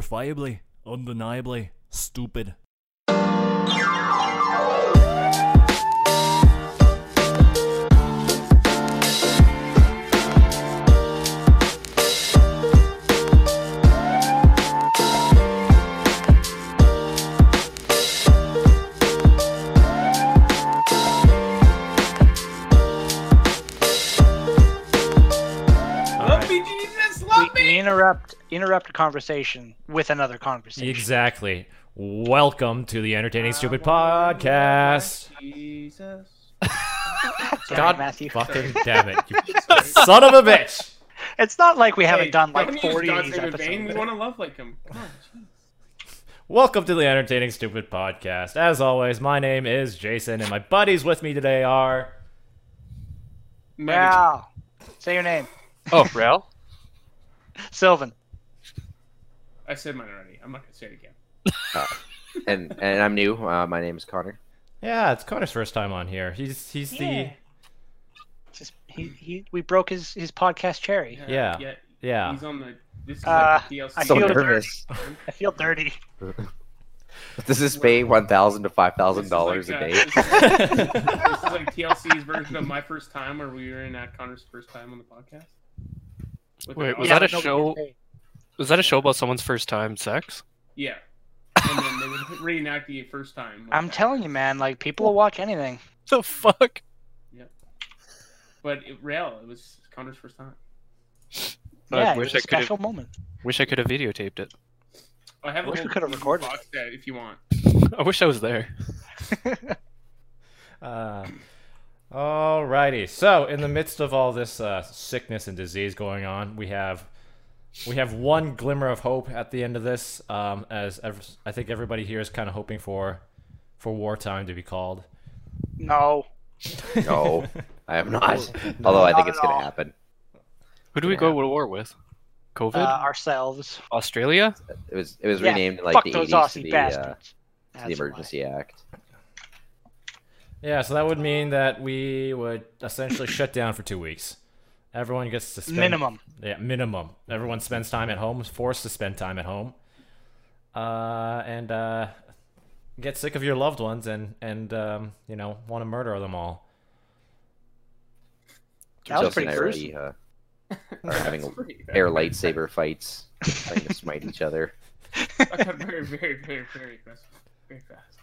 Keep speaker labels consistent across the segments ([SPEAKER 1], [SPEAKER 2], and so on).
[SPEAKER 1] certifiably, undeniably stupid.
[SPEAKER 2] Love me, Jesus, love
[SPEAKER 3] we,
[SPEAKER 2] me.
[SPEAKER 3] we interrupt interrupt a conversation with another conversation.
[SPEAKER 4] Exactly. Welcome to the Entertaining Stupid Podcast.
[SPEAKER 2] Jesus.
[SPEAKER 3] Damn it,
[SPEAKER 4] God
[SPEAKER 3] Matthew.
[SPEAKER 4] fucking damn it, you son of a bitch!
[SPEAKER 3] It's not like we haven't
[SPEAKER 2] Hey,
[SPEAKER 3] done
[SPEAKER 2] don't
[SPEAKER 3] like
[SPEAKER 2] use
[SPEAKER 3] forty of
[SPEAKER 2] God
[SPEAKER 3] these
[SPEAKER 2] Save the Bane. We
[SPEAKER 3] episodes.
[SPEAKER 2] want to love like him. Come on, Jesus.
[SPEAKER 4] Welcome to the Entertaining Stupid Podcast. As always, my name is Jason, and my buddies with me today are.
[SPEAKER 2] Maggie.
[SPEAKER 3] Wow. Say your name,
[SPEAKER 5] Oh, Rel?
[SPEAKER 3] Sylvan.
[SPEAKER 2] I said mine already. I'm not gonna say it again.
[SPEAKER 6] and and I'm new. Uh, my name is Connor.
[SPEAKER 4] Yeah, it's Connor's first time on here. He's he's
[SPEAKER 3] Yeah. Just he, he we broke his his podcast cherry.
[SPEAKER 4] Yeah.
[SPEAKER 2] Yeah.
[SPEAKER 4] the yeah.
[SPEAKER 2] He's on the. This is
[SPEAKER 3] Uh,
[SPEAKER 2] like the DLC.
[SPEAKER 3] I
[SPEAKER 6] So
[SPEAKER 3] feel
[SPEAKER 6] nervous.
[SPEAKER 3] I feel dirty.
[SPEAKER 6] Does this pay one thousand to five thousand dollars a
[SPEAKER 2] This is like,
[SPEAKER 6] day?
[SPEAKER 2] uh, This is, like, this is like TLC's version of my first time, where we were in at Connor's first time on the podcast. With
[SPEAKER 5] Wait,
[SPEAKER 2] an
[SPEAKER 5] was
[SPEAKER 2] audio-
[SPEAKER 5] that a
[SPEAKER 3] but nobody
[SPEAKER 5] show-
[SPEAKER 3] can pay.
[SPEAKER 5] Was that a show about someone's first time sex?
[SPEAKER 2] Yeah. And then they would reenact the first time. like
[SPEAKER 3] I'm
[SPEAKER 2] that.
[SPEAKER 3] telling you, man. Like people will watch anything.
[SPEAKER 5] The fuck?
[SPEAKER 2] But it, real, it was Connor's first time.
[SPEAKER 5] I
[SPEAKER 3] yeah, it was
[SPEAKER 5] wish
[SPEAKER 3] a
[SPEAKER 5] I could've-
[SPEAKER 3] special moment.
[SPEAKER 5] Wish I could have videotaped it.
[SPEAKER 2] I have a
[SPEAKER 3] Wish we
[SPEAKER 2] whole
[SPEAKER 3] could've recorded
[SPEAKER 2] box set if you want.
[SPEAKER 5] I wish I was there.
[SPEAKER 4] Uh, alrighty. So, in the midst of all this uh, sickness and disease going on, we have we have one glimmer of hope at the end of this. Um, as ev- I think everybody here is kind of hoping for for wartime to be called.
[SPEAKER 3] No.
[SPEAKER 6] No, I am not. Although I think
[SPEAKER 3] Not
[SPEAKER 6] it's
[SPEAKER 3] at all.
[SPEAKER 6] gonna happen.
[SPEAKER 5] Who do we go to war with? COVID?
[SPEAKER 3] Uh, ourselves.
[SPEAKER 5] Australia?
[SPEAKER 6] It was it was
[SPEAKER 3] Yeah,
[SPEAKER 6] renamed in like
[SPEAKER 3] Fuck
[SPEAKER 6] the
[SPEAKER 3] those
[SPEAKER 6] eighties to
[SPEAKER 3] Aussie
[SPEAKER 6] the, uh,
[SPEAKER 3] bastards.
[SPEAKER 6] to the
[SPEAKER 3] That's a lie.
[SPEAKER 6] Emergency Act.
[SPEAKER 4] Yeah, so that would mean that we would essentially shut down for two weeks. Everyone gets to spend
[SPEAKER 3] Minimum.
[SPEAKER 4] Yeah, minimum. Everyone spends time at home, is forced to spend time at home, uh, and uh, get sick of your loved ones, and and um, you know want to murder them all.
[SPEAKER 3] That was
[SPEAKER 6] Chelsea
[SPEAKER 3] pretty
[SPEAKER 6] and I
[SPEAKER 3] gruesome.
[SPEAKER 6] already, uh, are having
[SPEAKER 2] pretty bad.
[SPEAKER 6] air lightsaber fights, trying to smite each other.
[SPEAKER 2] I got very, very, very, very aggressive. Very fast.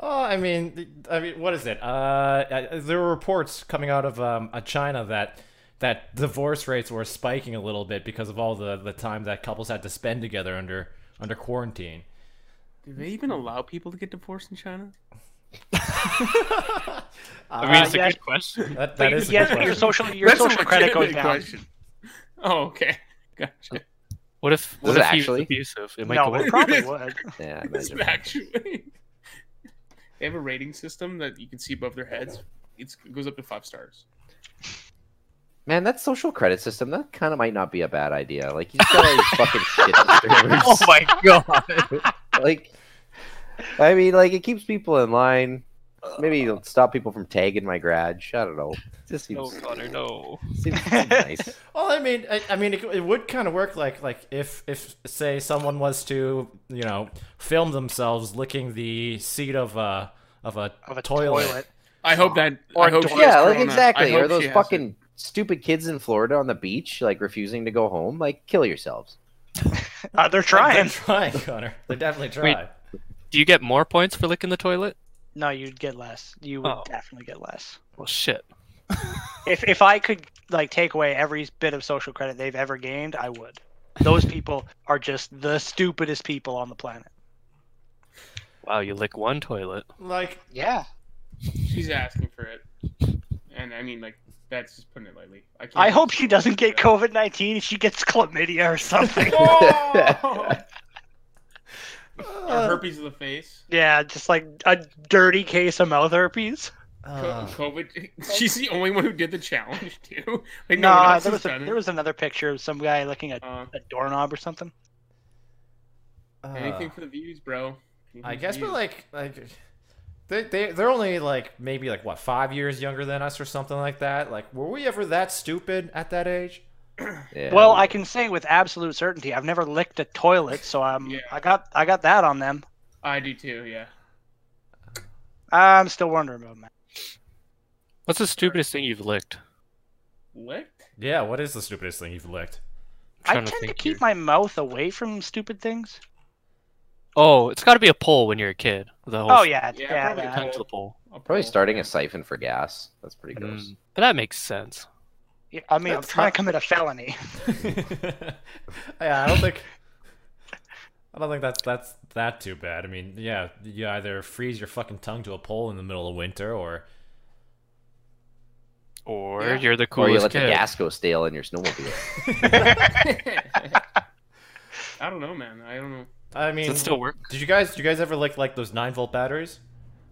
[SPEAKER 4] Oh, I mean, th- I mean, what is it? Uh, I- I- there were reports coming out of um, uh, China that that divorce rates were spiking a little bit because of all the, the time that couples had to spend together under under quarantine.
[SPEAKER 2] Do they even allow people to get divorced in China?
[SPEAKER 5] I mean, it's a
[SPEAKER 3] yes.
[SPEAKER 5] good question.
[SPEAKER 4] That, that is a
[SPEAKER 3] yes,
[SPEAKER 4] good
[SPEAKER 3] but your
[SPEAKER 4] question.
[SPEAKER 3] social your social credit goes down.
[SPEAKER 2] Oh, okay. Gotcha.
[SPEAKER 5] What if
[SPEAKER 6] Was
[SPEAKER 5] what
[SPEAKER 6] it
[SPEAKER 5] if he was
[SPEAKER 6] actually?
[SPEAKER 5] abusive? It might
[SPEAKER 3] No,
[SPEAKER 5] go
[SPEAKER 3] it
[SPEAKER 5] work.
[SPEAKER 3] probably would.
[SPEAKER 6] Yeah, I
[SPEAKER 2] This
[SPEAKER 6] imagine.
[SPEAKER 2] is actually. They have a rating system that you can see above their heads. It's, it goes up to five stars.
[SPEAKER 6] Man, that social credit system that kind of might not be a bad idea. Like you got all these fucking shit disturbers.
[SPEAKER 3] Oh,
[SPEAKER 5] my Oh, god.
[SPEAKER 6] like I mean, like it keeps people in line. Maybe it'll stop people from tagging my garage. I don't know. It just
[SPEAKER 5] No,
[SPEAKER 6] seems,
[SPEAKER 5] Connor, no.
[SPEAKER 6] seems nice.
[SPEAKER 4] Well, I mean, I, I mean, it, it would kind of work like like if if say someone was to you know film themselves licking the seat of a of a,
[SPEAKER 3] Of a
[SPEAKER 4] toilet.
[SPEAKER 3] toilet.
[SPEAKER 2] I hope that.
[SPEAKER 3] Or
[SPEAKER 2] I hope she
[SPEAKER 3] door-
[SPEAKER 2] has
[SPEAKER 6] Yeah, like
[SPEAKER 2] corona. I
[SPEAKER 6] exactly.
[SPEAKER 2] hope
[SPEAKER 6] Or those
[SPEAKER 2] she has it.
[SPEAKER 6] fucking stupid kids in Florida on the beach, like refusing to go home. Like kill yourselves.
[SPEAKER 3] Uh, they're
[SPEAKER 4] They're
[SPEAKER 3] trying.
[SPEAKER 4] trying, Connor. They're definitely
[SPEAKER 5] Wait.
[SPEAKER 4] trying.
[SPEAKER 5] Do you get more points for licking the toilet?
[SPEAKER 3] No, you'd get less. You would
[SPEAKER 5] Oh.
[SPEAKER 3] definitely get less.
[SPEAKER 5] Well, shit.
[SPEAKER 3] If if I could like take away every bit of social credit they've ever gained, I would. Those people are just the stupidest people on the planet.
[SPEAKER 5] Wow, you lick one toilet.
[SPEAKER 4] Like,
[SPEAKER 3] Yeah.
[SPEAKER 2] She's asking for it, and I mean, like, that's just putting it lightly. I, can't
[SPEAKER 3] I hope she doesn't get COVID nineteen. She gets chlamydia or something.
[SPEAKER 2] Oh! or
[SPEAKER 4] uh,
[SPEAKER 2] herpes of the face.
[SPEAKER 3] yeah, just like a dirty case of mouth herpes.
[SPEAKER 2] Co-
[SPEAKER 4] uh,
[SPEAKER 2] COVID. She's the only one who did the challenge too. Like,
[SPEAKER 3] No,
[SPEAKER 2] no, one else
[SPEAKER 3] there
[SPEAKER 2] has
[SPEAKER 3] was a,
[SPEAKER 2] done it.
[SPEAKER 3] there was another picture of some guy looking at
[SPEAKER 2] Uh,
[SPEAKER 3] a doorknob or something.
[SPEAKER 4] uh,
[SPEAKER 2] anything for the views, bro. Mm-hmm. Anything
[SPEAKER 4] I
[SPEAKER 2] for
[SPEAKER 4] guess,
[SPEAKER 2] the
[SPEAKER 4] but
[SPEAKER 2] views.
[SPEAKER 4] like, like they they they're only like maybe like what five years younger than us or something like that. Like, were we ever that stupid at that age?
[SPEAKER 6] Yeah.
[SPEAKER 3] Well, I can say with absolute certainty I've never licked a toilet, so I'm
[SPEAKER 2] Yeah.
[SPEAKER 3] I got I got that on them.
[SPEAKER 2] I do too. Yeah.
[SPEAKER 3] I'm still wondering about that.
[SPEAKER 5] What's the stupidest thing you've licked?
[SPEAKER 2] Licked.
[SPEAKER 4] Yeah, what is the stupidest thing you've licked?
[SPEAKER 5] I'm
[SPEAKER 3] I
[SPEAKER 5] trying
[SPEAKER 3] tend to,
[SPEAKER 5] think
[SPEAKER 3] keep
[SPEAKER 5] here.
[SPEAKER 3] my mouth away from stupid things.
[SPEAKER 5] Oh, it's got to be a pole when you're a kid. The whole
[SPEAKER 3] Oh yeah,
[SPEAKER 2] Yeah,
[SPEAKER 3] yeah.
[SPEAKER 2] probably
[SPEAKER 3] that.
[SPEAKER 2] tongue-
[SPEAKER 5] Times the pole.
[SPEAKER 2] I'll
[SPEAKER 6] Probably
[SPEAKER 2] pull.
[SPEAKER 6] starting a siphon for gas. That's pretty gross.
[SPEAKER 5] Mm, But that makes sense.
[SPEAKER 3] Yeah, I mean, I'm
[SPEAKER 4] That's
[SPEAKER 3] trying
[SPEAKER 4] not-
[SPEAKER 3] to commit a felony.
[SPEAKER 4] yeah, I don't think I don't think that's that's that too bad. I mean, yeah, you either freeze your fucking tongue to a pole in the middle of winter, or
[SPEAKER 5] Or
[SPEAKER 2] Yeah.
[SPEAKER 5] you're the
[SPEAKER 6] Or
[SPEAKER 5] coolest
[SPEAKER 6] you let
[SPEAKER 5] kid.
[SPEAKER 6] the gas go stale in your snowmobile.
[SPEAKER 2] I don't know, man. I don't know.
[SPEAKER 4] I mean,
[SPEAKER 5] Does it still work?
[SPEAKER 4] did you guys did you guys ever lick like those nine volt batteries?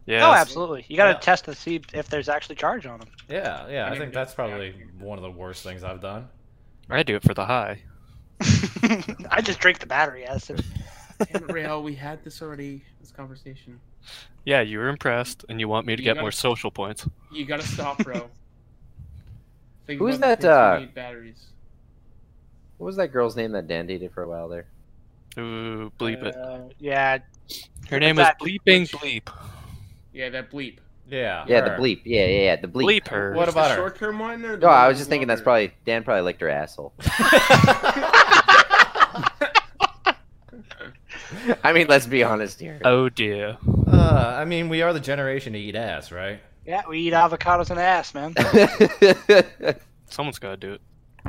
[SPEAKER 5] Yeah.
[SPEAKER 3] Oh, absolutely. You got to
[SPEAKER 4] Yeah.
[SPEAKER 3] test to see if there's actually charge on them.
[SPEAKER 4] Yeah, yeah.
[SPEAKER 2] I
[SPEAKER 4] I,
[SPEAKER 2] never
[SPEAKER 4] think
[SPEAKER 2] did.
[SPEAKER 4] that's
[SPEAKER 2] Yeah, I
[SPEAKER 4] probably
[SPEAKER 2] never did.
[SPEAKER 4] one of the worst things I've done.
[SPEAKER 5] I do it for the high.
[SPEAKER 3] I just drink the battery acid.
[SPEAKER 2] Damn it, Rael, we had this already. This conversation.
[SPEAKER 5] Yeah, you were impressed, and you want me to
[SPEAKER 2] You
[SPEAKER 5] get
[SPEAKER 2] gotta-
[SPEAKER 5] more social points.
[SPEAKER 2] You gotta stop, bro. Think
[SPEAKER 6] Who's
[SPEAKER 2] about the kids
[SPEAKER 6] that,
[SPEAKER 2] who
[SPEAKER 6] uh,
[SPEAKER 2] need batteries.
[SPEAKER 6] what was that girl's name that Dan dated for a while there?
[SPEAKER 5] Ooh, bleep it.
[SPEAKER 3] Uh, yeah,
[SPEAKER 5] Her name is
[SPEAKER 3] that-
[SPEAKER 5] Bleeping Bleep.
[SPEAKER 2] Yeah, that bleep.
[SPEAKER 4] Yeah.
[SPEAKER 6] Yeah,
[SPEAKER 4] her.
[SPEAKER 6] the bleep. Yeah, yeah, yeah, the bleep.
[SPEAKER 5] Bleep her.
[SPEAKER 4] What about her?
[SPEAKER 2] Short term one or
[SPEAKER 6] No, I was just thinking that's probably Dan probably licked her asshole. I mean, let's be honest here.
[SPEAKER 5] Oh dear.
[SPEAKER 4] Uh, I mean, we are the generation to eat ass, right?
[SPEAKER 3] yeah. We eat avocados and ass, man.
[SPEAKER 6] Uh,
[SPEAKER 5] Someone's gotta do it.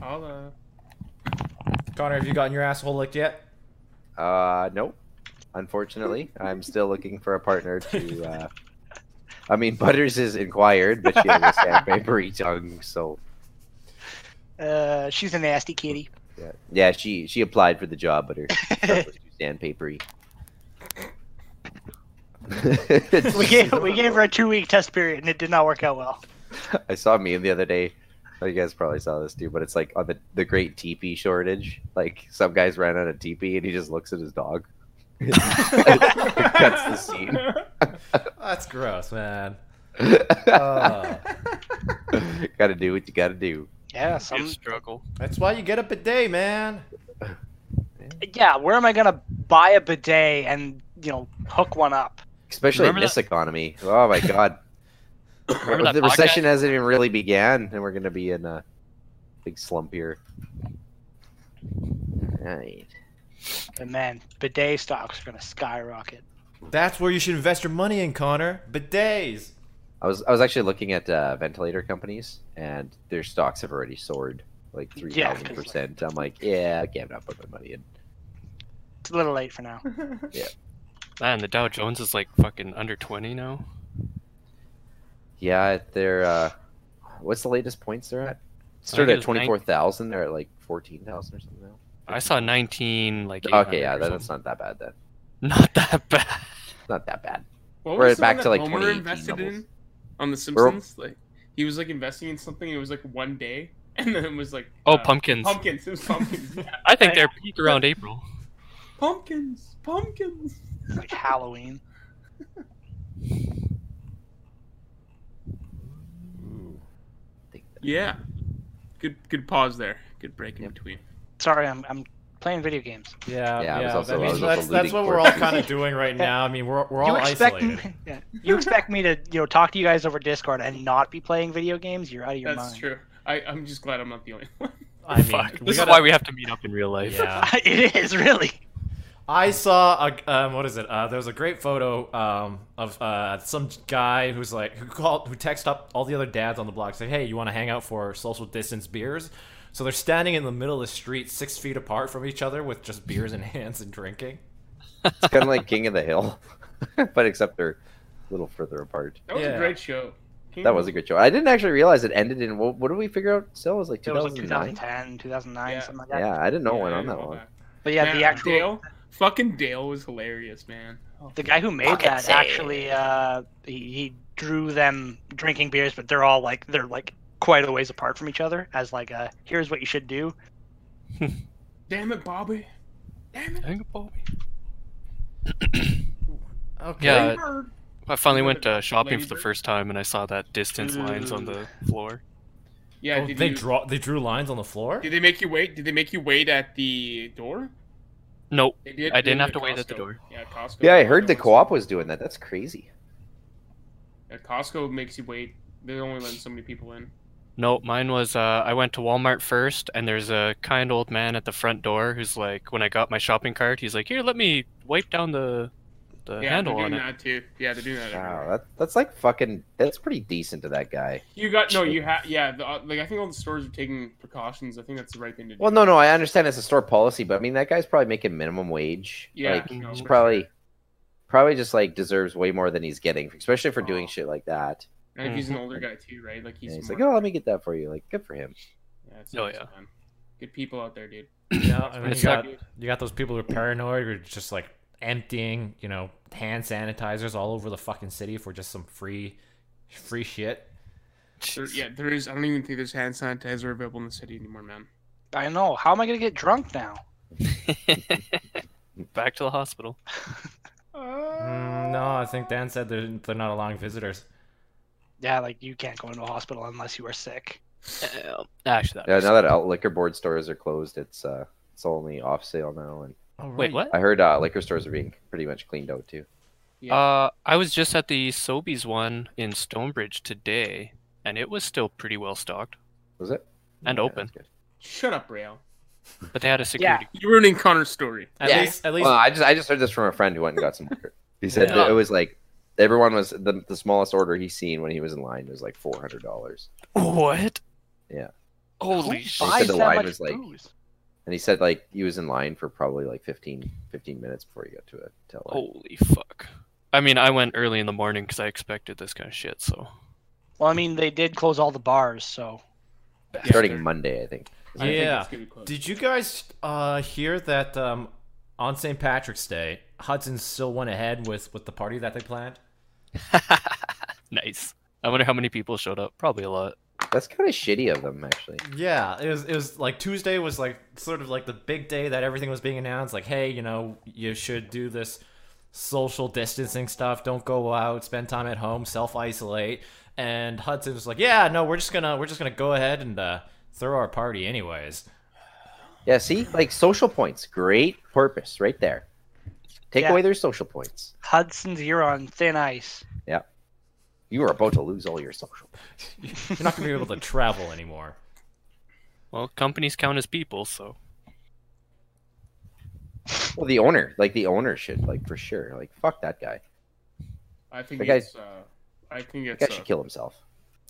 [SPEAKER 2] I'll, uh,
[SPEAKER 4] Connor, have you gotten your asshole licked yet?
[SPEAKER 6] uh, nope. Unfortunately, I'm still looking for a partner to. Uh, I mean, Butters has inquired, but she has a sandpaper tongue, so
[SPEAKER 3] Uh, she's a nasty kitty.
[SPEAKER 6] yeah. yeah, she she applied for the job, but her stuff was too sandpapery.
[SPEAKER 3] We gave we gave her a two week test period and it did not work out well.
[SPEAKER 6] I saw a meme the other day. You guys probably saw this too, but it's like on the the great teepee shortage. Like some guys ran out of teepee, and he just looks at his dog. it cuts the scene.
[SPEAKER 4] That's gross, man.
[SPEAKER 6] Got
[SPEAKER 4] Uh,
[SPEAKER 6] to do what you got to do.
[SPEAKER 3] Yeah,
[SPEAKER 5] Some
[SPEAKER 3] some.
[SPEAKER 5] struggle.
[SPEAKER 4] that's why you get a bidet, man.
[SPEAKER 3] Yeah, where am I gonna buy a bidet and you know hook one up?
[SPEAKER 6] Especially in
[SPEAKER 5] Remember
[SPEAKER 6] this economy. Oh my god,
[SPEAKER 5] Remember that
[SPEAKER 6] the
[SPEAKER 5] podcast?
[SPEAKER 6] recession hasn't even really began, and we're gonna be in a big slump here. Right.
[SPEAKER 3] But man, bidet stocks are gonna skyrocket.
[SPEAKER 4] That's where you should invest your money in, Connor. Bidets.
[SPEAKER 6] I was I was actually looking at uh, ventilator companies, and their stocks have already soared like three
[SPEAKER 3] Yeah,
[SPEAKER 6] thousand
[SPEAKER 3] 'cause,
[SPEAKER 6] percent. I'm like, yeah, okay, I'm not putting my money in.
[SPEAKER 3] It's a little late for now.
[SPEAKER 5] Man, the Dow Jones is like fucking under twenty now.
[SPEAKER 6] Yeah, they're uh, what's the latest points they're at? Started
[SPEAKER 5] it
[SPEAKER 6] at
[SPEAKER 5] was nine-
[SPEAKER 6] twenty four thousand. They're at like fourteen thousand or something now.
[SPEAKER 5] I saw nineteen like.
[SPEAKER 6] Okay,
[SPEAKER 5] 800
[SPEAKER 6] yeah,
[SPEAKER 5] or
[SPEAKER 6] that- that's
[SPEAKER 5] something.
[SPEAKER 6] not that bad then.
[SPEAKER 5] not that bad.
[SPEAKER 6] Not that bad.
[SPEAKER 2] what
[SPEAKER 6] We're
[SPEAKER 2] was the
[SPEAKER 6] back
[SPEAKER 2] one
[SPEAKER 6] to,
[SPEAKER 2] that
[SPEAKER 6] like,
[SPEAKER 2] Homer
[SPEAKER 6] 2018
[SPEAKER 2] invested
[SPEAKER 6] levels.
[SPEAKER 2] in on The Simpsons? Like, he was like investing in something. It was like one day, and then it was like
[SPEAKER 5] Oh,
[SPEAKER 2] uh,
[SPEAKER 5] pumpkins.
[SPEAKER 2] pumpkins. It was pumpkins. yeah.
[SPEAKER 5] I think they're peak around April.
[SPEAKER 2] pumpkins, pumpkins.
[SPEAKER 3] It's like Halloween.
[SPEAKER 2] Yeah, good good pause there. Good break in
[SPEAKER 6] Yep.
[SPEAKER 2] between.
[SPEAKER 3] Sorry, I'm I'm playing video games.
[SPEAKER 4] Yeah,
[SPEAKER 6] Yeah, I was also-
[SPEAKER 4] I
[SPEAKER 6] I
[SPEAKER 4] mean,
[SPEAKER 6] was also
[SPEAKER 4] that's, that's
[SPEAKER 6] looting
[SPEAKER 4] what
[SPEAKER 6] for
[SPEAKER 4] we're all
[SPEAKER 6] things.
[SPEAKER 4] kind of doing right now. I mean, we're, we're all
[SPEAKER 3] you expect
[SPEAKER 4] isolated.
[SPEAKER 3] me? Yeah. You expect me to you know talk to you guys over Discord and not be playing video games? You're out of your
[SPEAKER 2] That's
[SPEAKER 3] mind.
[SPEAKER 2] true. I, I'm just glad I'm not the only one.
[SPEAKER 4] I mean,
[SPEAKER 5] Fuck. This
[SPEAKER 4] we
[SPEAKER 5] is
[SPEAKER 4] gotta-
[SPEAKER 5] why we have to meet up in real life.
[SPEAKER 4] Yeah.
[SPEAKER 3] it is really.
[SPEAKER 4] I saw a um, what is it? Uh, there was a great photo um, of uh, some guy who's like who called who texted up all the other dads on the block say, "Hey, you want to hang out for social distance beers?" So they're standing in the middle of the street, six feet apart from each other, with just beers in hands and drinking.
[SPEAKER 6] It's kind of like King of the Hill, but except they're a little further apart.
[SPEAKER 2] That was
[SPEAKER 4] Yeah.
[SPEAKER 2] a great show.
[SPEAKER 6] That was a good show. I didn't actually realize it ended in what, what did we figure out? Still, it was like
[SPEAKER 3] It was like
[SPEAKER 6] 2009.
[SPEAKER 3] 2010, 2009,
[SPEAKER 2] Yeah.
[SPEAKER 3] something like that.
[SPEAKER 6] Yeah, I didn't know
[SPEAKER 2] Yeah,
[SPEAKER 6] it went
[SPEAKER 2] I
[SPEAKER 6] on
[SPEAKER 2] know
[SPEAKER 6] that
[SPEAKER 2] all
[SPEAKER 6] one.
[SPEAKER 3] But yeah,
[SPEAKER 2] Man,
[SPEAKER 3] the actual
[SPEAKER 2] Dale, fucking Dale was hilarious, man. Oh,
[SPEAKER 3] the guy who made that actually uh, he, he drew them drinking beers, but they're all like they're like quite a ways apart from each other as like a here's what you should do.
[SPEAKER 2] damn it, Bobby. Damn it.
[SPEAKER 5] Hang up, Bobby.
[SPEAKER 4] Okay.
[SPEAKER 5] Yeah.
[SPEAKER 2] Bird.
[SPEAKER 5] I finally went uh, shopping for the
[SPEAKER 2] Labor.
[SPEAKER 5] first time and I saw that distance lines on
[SPEAKER 3] Ooh.
[SPEAKER 5] the floor.
[SPEAKER 2] Yeah,
[SPEAKER 4] Oh,
[SPEAKER 2] did
[SPEAKER 4] they
[SPEAKER 2] you,
[SPEAKER 4] draw. They drew lines on the floor.
[SPEAKER 2] Did they make you wait? Did they make you wait at the door?
[SPEAKER 5] Nope.
[SPEAKER 2] They did,
[SPEAKER 5] I
[SPEAKER 2] they
[SPEAKER 5] didn't
[SPEAKER 2] did
[SPEAKER 5] have to wait at the
[SPEAKER 2] Costco.
[SPEAKER 5] door.
[SPEAKER 2] Yeah, Costco.
[SPEAKER 6] Yeah, I heard the
[SPEAKER 2] Costco-
[SPEAKER 6] co-op was doing that. That's crazy.
[SPEAKER 2] Yeah, Costco makes you wait. They're only letting so many people in.
[SPEAKER 5] Nope, mine was uh, I went to Walmart first, and there's a kind old man at the front door who's like, when I got my shopping cart, he's like, here, let me wipe down the the
[SPEAKER 2] yeah,
[SPEAKER 5] handle
[SPEAKER 2] they're
[SPEAKER 5] on
[SPEAKER 2] doing
[SPEAKER 5] it.
[SPEAKER 2] that too. Yeah, they're doing that. everywhere.
[SPEAKER 6] Wow, that, that's like fucking. That's pretty decent to that guy.
[SPEAKER 2] You got no. You have yeah. The, uh, like I think all the stores are taking precautions. I think that's the right thing to do.
[SPEAKER 6] Well, no, no, I understand it's a store policy, but I mean that guy's probably making minimum wage.
[SPEAKER 2] Yeah,
[SPEAKER 6] like,
[SPEAKER 2] no,
[SPEAKER 6] he's
[SPEAKER 2] for
[SPEAKER 6] probably probably just like deserves way more than he's getting, especially for doing
[SPEAKER 2] Oh.
[SPEAKER 6] shit like that.
[SPEAKER 2] And if he's an older guy too, right? Like he's,
[SPEAKER 6] And he's like,
[SPEAKER 2] smart.
[SPEAKER 6] oh, let me get that for you. Like, good for him.
[SPEAKER 2] yeah, it's,
[SPEAKER 5] Oh,
[SPEAKER 2] it's
[SPEAKER 5] yeah.
[SPEAKER 2] fun. Good people out there, dude.
[SPEAKER 4] No, I mean, you
[SPEAKER 5] It's
[SPEAKER 4] got
[SPEAKER 5] like-
[SPEAKER 4] you got those people who are paranoid who are just like emptying, you know, hand sanitizers all over the fucking city for just some free, free shit.
[SPEAKER 2] There, yeah, there is. I don't even think there's hand sanitizer available in the city anymore, man.
[SPEAKER 3] I know. How am I gonna get drunk now?
[SPEAKER 5] Back to the hospital.
[SPEAKER 4] Mm, no, I think Dan said they're they're not allowing visitors.
[SPEAKER 3] Yeah, like you can't go into a hospital unless you are sick.
[SPEAKER 5] Uh, Actually, that
[SPEAKER 6] Yeah,
[SPEAKER 5] was-
[SPEAKER 6] now that out liquor board stores are closed, it's uh, it's only off sale now. And
[SPEAKER 4] Oh,
[SPEAKER 5] Wait, what?
[SPEAKER 6] I heard uh, liquor stores are being pretty much cleaned out too.
[SPEAKER 2] Yeah.
[SPEAKER 5] Uh, I was just at the Sobeys one in Stonebridge today, and it was still pretty well stocked
[SPEAKER 6] Was it?
[SPEAKER 5] and
[SPEAKER 6] Yeah,
[SPEAKER 5] open.
[SPEAKER 6] that's good.
[SPEAKER 2] Shut up, Rail.
[SPEAKER 5] But they had a security.
[SPEAKER 2] You're ruining Connor's story.
[SPEAKER 4] At
[SPEAKER 6] Yeah.
[SPEAKER 4] least, at least.
[SPEAKER 6] Well, I just I just heard this from a friend who went and got some liquor. He said
[SPEAKER 4] Yeah.
[SPEAKER 6] that it was like everyone was the, the smallest order he seen when he was in line was like four hundred dollars,
[SPEAKER 5] What?
[SPEAKER 6] Yeah.
[SPEAKER 5] Holy
[SPEAKER 3] Who
[SPEAKER 5] shit.
[SPEAKER 6] buys-
[SPEAKER 3] buys
[SPEAKER 6] the
[SPEAKER 3] that
[SPEAKER 6] line
[SPEAKER 3] much
[SPEAKER 6] was, like-
[SPEAKER 3] booze?
[SPEAKER 6] and he said like he was in line for probably like 15, 15 minutes before he got to a tell.
[SPEAKER 5] Holy fuck. I mean, I went early in the morning because I expected this kind of shit, so.
[SPEAKER 3] Well, I mean, they did close all the bars, so
[SPEAKER 6] starting Monday, I think.
[SPEAKER 2] I think
[SPEAKER 4] Yeah.
[SPEAKER 2] it's gonna be close.
[SPEAKER 4] Did you guys uh, hear that um, on St. Patrick's Day, Hudson still went ahead with with the party that they planned?
[SPEAKER 5] Nice. I wonder how many people showed up. Probably a lot.
[SPEAKER 6] That's kind of shitty of them, actually.
[SPEAKER 4] Yeah, it was it was like Tuesday was like sort of like the big day that everything was being announced. Like, hey, you know, you should do this social distancing stuff. Don't go out. Spend time at home. Self isolate. And Hudson was like, yeah, no, we're just gonna we're just gonna go ahead and uh, throw our party anyways.
[SPEAKER 6] Yeah, see, like social points, great purpose right there. Take
[SPEAKER 3] Yeah.
[SPEAKER 6] away their social points.
[SPEAKER 3] Hudson's you're on thin ice.
[SPEAKER 6] You are about to lose all your social. points.
[SPEAKER 4] You're not gonna be able to travel anymore.
[SPEAKER 5] Well, companies count as people, so.
[SPEAKER 6] Well, the owner, like the owner, should like for sure, like fuck that guy.
[SPEAKER 2] I think
[SPEAKER 6] the guy-
[SPEAKER 2] it's. Uh, I think it's.
[SPEAKER 6] That guy
[SPEAKER 2] Uh,
[SPEAKER 6] should kill himself.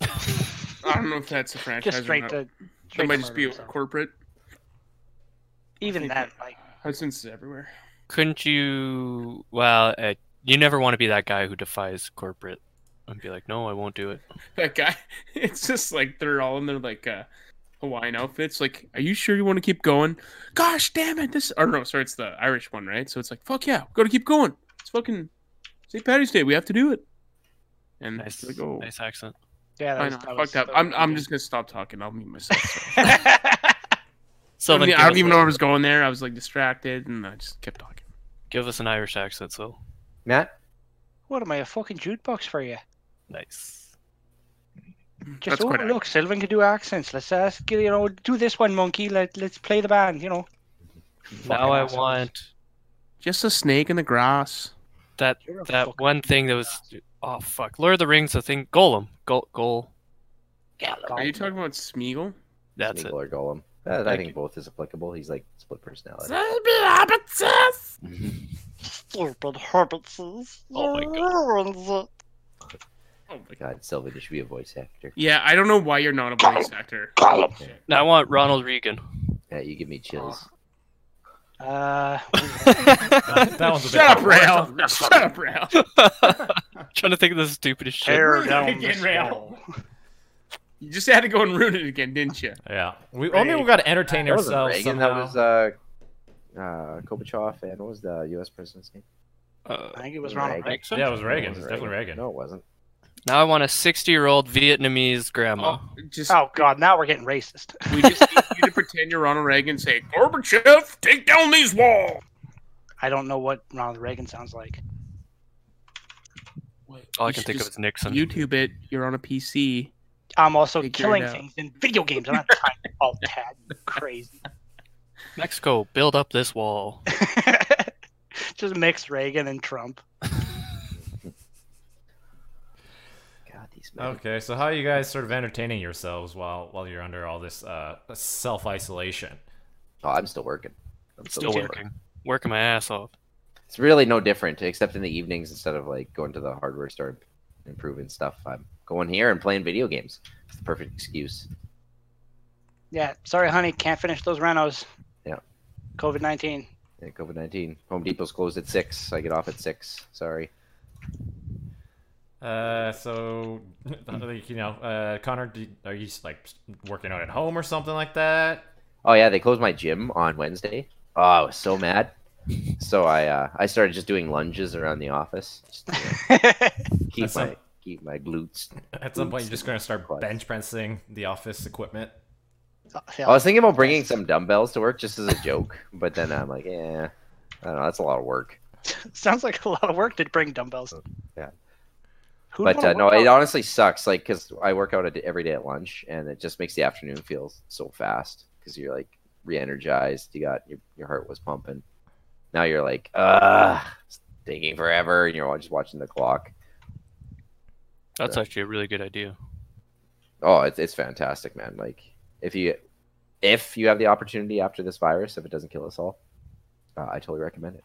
[SPEAKER 2] I don't know if that's a franchise.
[SPEAKER 3] Just
[SPEAKER 2] or
[SPEAKER 3] straight
[SPEAKER 2] not.
[SPEAKER 3] to.
[SPEAKER 2] That
[SPEAKER 3] Straight
[SPEAKER 2] might
[SPEAKER 3] to
[SPEAKER 2] just
[SPEAKER 3] murder,
[SPEAKER 2] be a
[SPEAKER 3] so.
[SPEAKER 2] corporate.
[SPEAKER 3] Even then, like
[SPEAKER 2] Hudson's is everywhere.
[SPEAKER 5] Couldn't you. Well, uh, you never want to be that guy who defies corporate and be like, no, I won't do it.
[SPEAKER 2] That guy. It's just like they're all in their like uh, Hawaiian outfits. Like, are you sure you want to keep going? Gosh, damn it! This. Or no, sorry, it's the Irish one, right? So it's like, fuck yeah, we got to keep going. It's fucking St. Patty's Day. We have to do it. And
[SPEAKER 5] Nice,
[SPEAKER 2] it's like, oh,
[SPEAKER 5] nice accent.
[SPEAKER 3] yeah, that
[SPEAKER 2] I
[SPEAKER 3] was,
[SPEAKER 2] know,
[SPEAKER 3] that
[SPEAKER 2] I
[SPEAKER 3] was-
[SPEAKER 2] fucked up.
[SPEAKER 3] that was
[SPEAKER 2] I'm, I'm
[SPEAKER 3] pretty
[SPEAKER 2] just gonna stop talking. I'll mute myself. sorry. I don't,
[SPEAKER 5] Sylvan, give
[SPEAKER 2] I don't
[SPEAKER 5] us
[SPEAKER 2] even
[SPEAKER 5] a-
[SPEAKER 2] know where I was going there. I was like distracted, and I just kept talking.
[SPEAKER 5] Give us an Irish accent, so.
[SPEAKER 6] Matt,
[SPEAKER 3] good. What am I a fucking jukebox for you?
[SPEAKER 5] Nice.
[SPEAKER 3] Just
[SPEAKER 2] That's
[SPEAKER 3] oh,
[SPEAKER 2] quite
[SPEAKER 3] look, Sylvan can do accents. Let's ask you know, do this one, monkey. Let let's play the band. You know,
[SPEAKER 5] now I
[SPEAKER 3] assholes.
[SPEAKER 5] want
[SPEAKER 2] Just a snake in the grass.
[SPEAKER 5] that
[SPEAKER 3] You're a fucking
[SPEAKER 5] that one thing that was. Oh fuck! Lord of the Rings, the thing Golem, Gol, Gol.
[SPEAKER 2] Are you talking about Smeagol?
[SPEAKER 5] That's
[SPEAKER 6] Smeagol
[SPEAKER 5] it.
[SPEAKER 6] or Golem. That, I
[SPEAKER 5] Thank
[SPEAKER 6] think
[SPEAKER 5] you.
[SPEAKER 6] both is applicable. He's like split personality.
[SPEAKER 3] Stupid Herbertses.
[SPEAKER 5] Oh my
[SPEAKER 3] god.
[SPEAKER 2] Oh my
[SPEAKER 6] God, Sylvan, you should be a voice actor.
[SPEAKER 2] Yeah, I don't know why you're not a voice actor.
[SPEAKER 5] Now I want Ronald Reagan.
[SPEAKER 6] Yeah, you give me chills.
[SPEAKER 3] Uh,
[SPEAKER 4] That, that one's a bit
[SPEAKER 2] Shut up, Rail. Shut up, Rail.
[SPEAKER 5] Trying to think of the stupidest shit.
[SPEAKER 3] tear
[SPEAKER 2] Shit.
[SPEAKER 3] down
[SPEAKER 2] Again,
[SPEAKER 3] the
[SPEAKER 2] Rail.
[SPEAKER 3] wall.
[SPEAKER 2] You just had to go and ruin it again, didn't you?
[SPEAKER 4] Yeah, we only we got to entertain
[SPEAKER 6] That wasn't
[SPEAKER 4] ourselves.
[SPEAKER 6] Reagan.
[SPEAKER 4] somehow.
[SPEAKER 6] That was uh, uh, Gorbachev, and what was the U.S. president's name?
[SPEAKER 5] Uh,
[SPEAKER 3] I think it was Ronald
[SPEAKER 6] Reagan.
[SPEAKER 3] Reagan.
[SPEAKER 4] yeah, it was
[SPEAKER 6] No,
[SPEAKER 4] Reagan.
[SPEAKER 6] it
[SPEAKER 4] It's
[SPEAKER 6] wasn't
[SPEAKER 4] definitely Reagan.
[SPEAKER 6] No, it wasn't.
[SPEAKER 5] now I want a sixty-year-old Vietnamese grandma.
[SPEAKER 2] Oh, just
[SPEAKER 3] Oh god, now we're getting racist.
[SPEAKER 2] we just need you to pretend you're Ronald Reagan and say, Gorbachev, take down these walls.
[SPEAKER 3] I don't know what Ronald Reagan sounds like.
[SPEAKER 5] All I can think of is Nixon.
[SPEAKER 2] YouTube it. You're on a PC.
[SPEAKER 3] I'm also
[SPEAKER 2] Figure it
[SPEAKER 3] killing
[SPEAKER 2] out.
[SPEAKER 3] things in video games. I'm not trying to alt tab. You crazy.
[SPEAKER 5] Mexico, build up this wall.
[SPEAKER 3] Just mix Reagan and Trump.
[SPEAKER 6] God, these men.
[SPEAKER 4] Okay, so how are you guys sort of entertaining yourselves while while you're under all this uh, self isolation?
[SPEAKER 6] Oh, I'm still working. I'm
[SPEAKER 5] Still working. Working my ass off.
[SPEAKER 6] It's really no different, except in the evenings instead of like going to the hardware store and improving stuff. I'm going here and playing video games. It's the perfect excuse.
[SPEAKER 3] Yeah. Sorry, honey. Can't finish those renos.
[SPEAKER 6] Yeah.
[SPEAKER 3] COVID 19.
[SPEAKER 6] Yeah, COVID nineteen. Home Depot's closed at six. So I get off at six. Sorry.
[SPEAKER 4] Uh, so you know, uh, Connor, do, are you like working out at home or something like that?
[SPEAKER 6] Oh yeah, they closed my gym on Wednesday. Oh, I was so mad. So I uh, I started just doing lunges around the office. Just keep
[SPEAKER 4] That's
[SPEAKER 6] my
[SPEAKER 4] not-
[SPEAKER 6] keep my glutes.
[SPEAKER 4] At some point, you're just gonna start
[SPEAKER 6] Christ.
[SPEAKER 4] bench pressing the office equipment.
[SPEAKER 6] I was thinking about bringing some dumbbells to work just as a joke, but then I'm like, yeah, I don't know. That's a lot of work.
[SPEAKER 3] Sounds like a lot of work to bring dumbbells.
[SPEAKER 6] Oh, Yeah.
[SPEAKER 3] Who'd
[SPEAKER 6] but
[SPEAKER 3] wanna
[SPEAKER 6] uh, no,
[SPEAKER 3] work
[SPEAKER 6] it
[SPEAKER 3] out-
[SPEAKER 6] honestly sucks. Like, cause I work out at- every day at lunch, and it just makes the afternoon feel so fast. Cause you're like re-energized. You got your, your heart was pumping. Now you're like, ah, it's taking forever, and you're just watching the clock.
[SPEAKER 5] That's
[SPEAKER 6] Yeah.
[SPEAKER 5] actually a really good idea.
[SPEAKER 6] Oh, it's it's fantastic, man. Like, if you if you have the opportunity after this virus, if it doesn't kill us all, uh, I totally recommend it.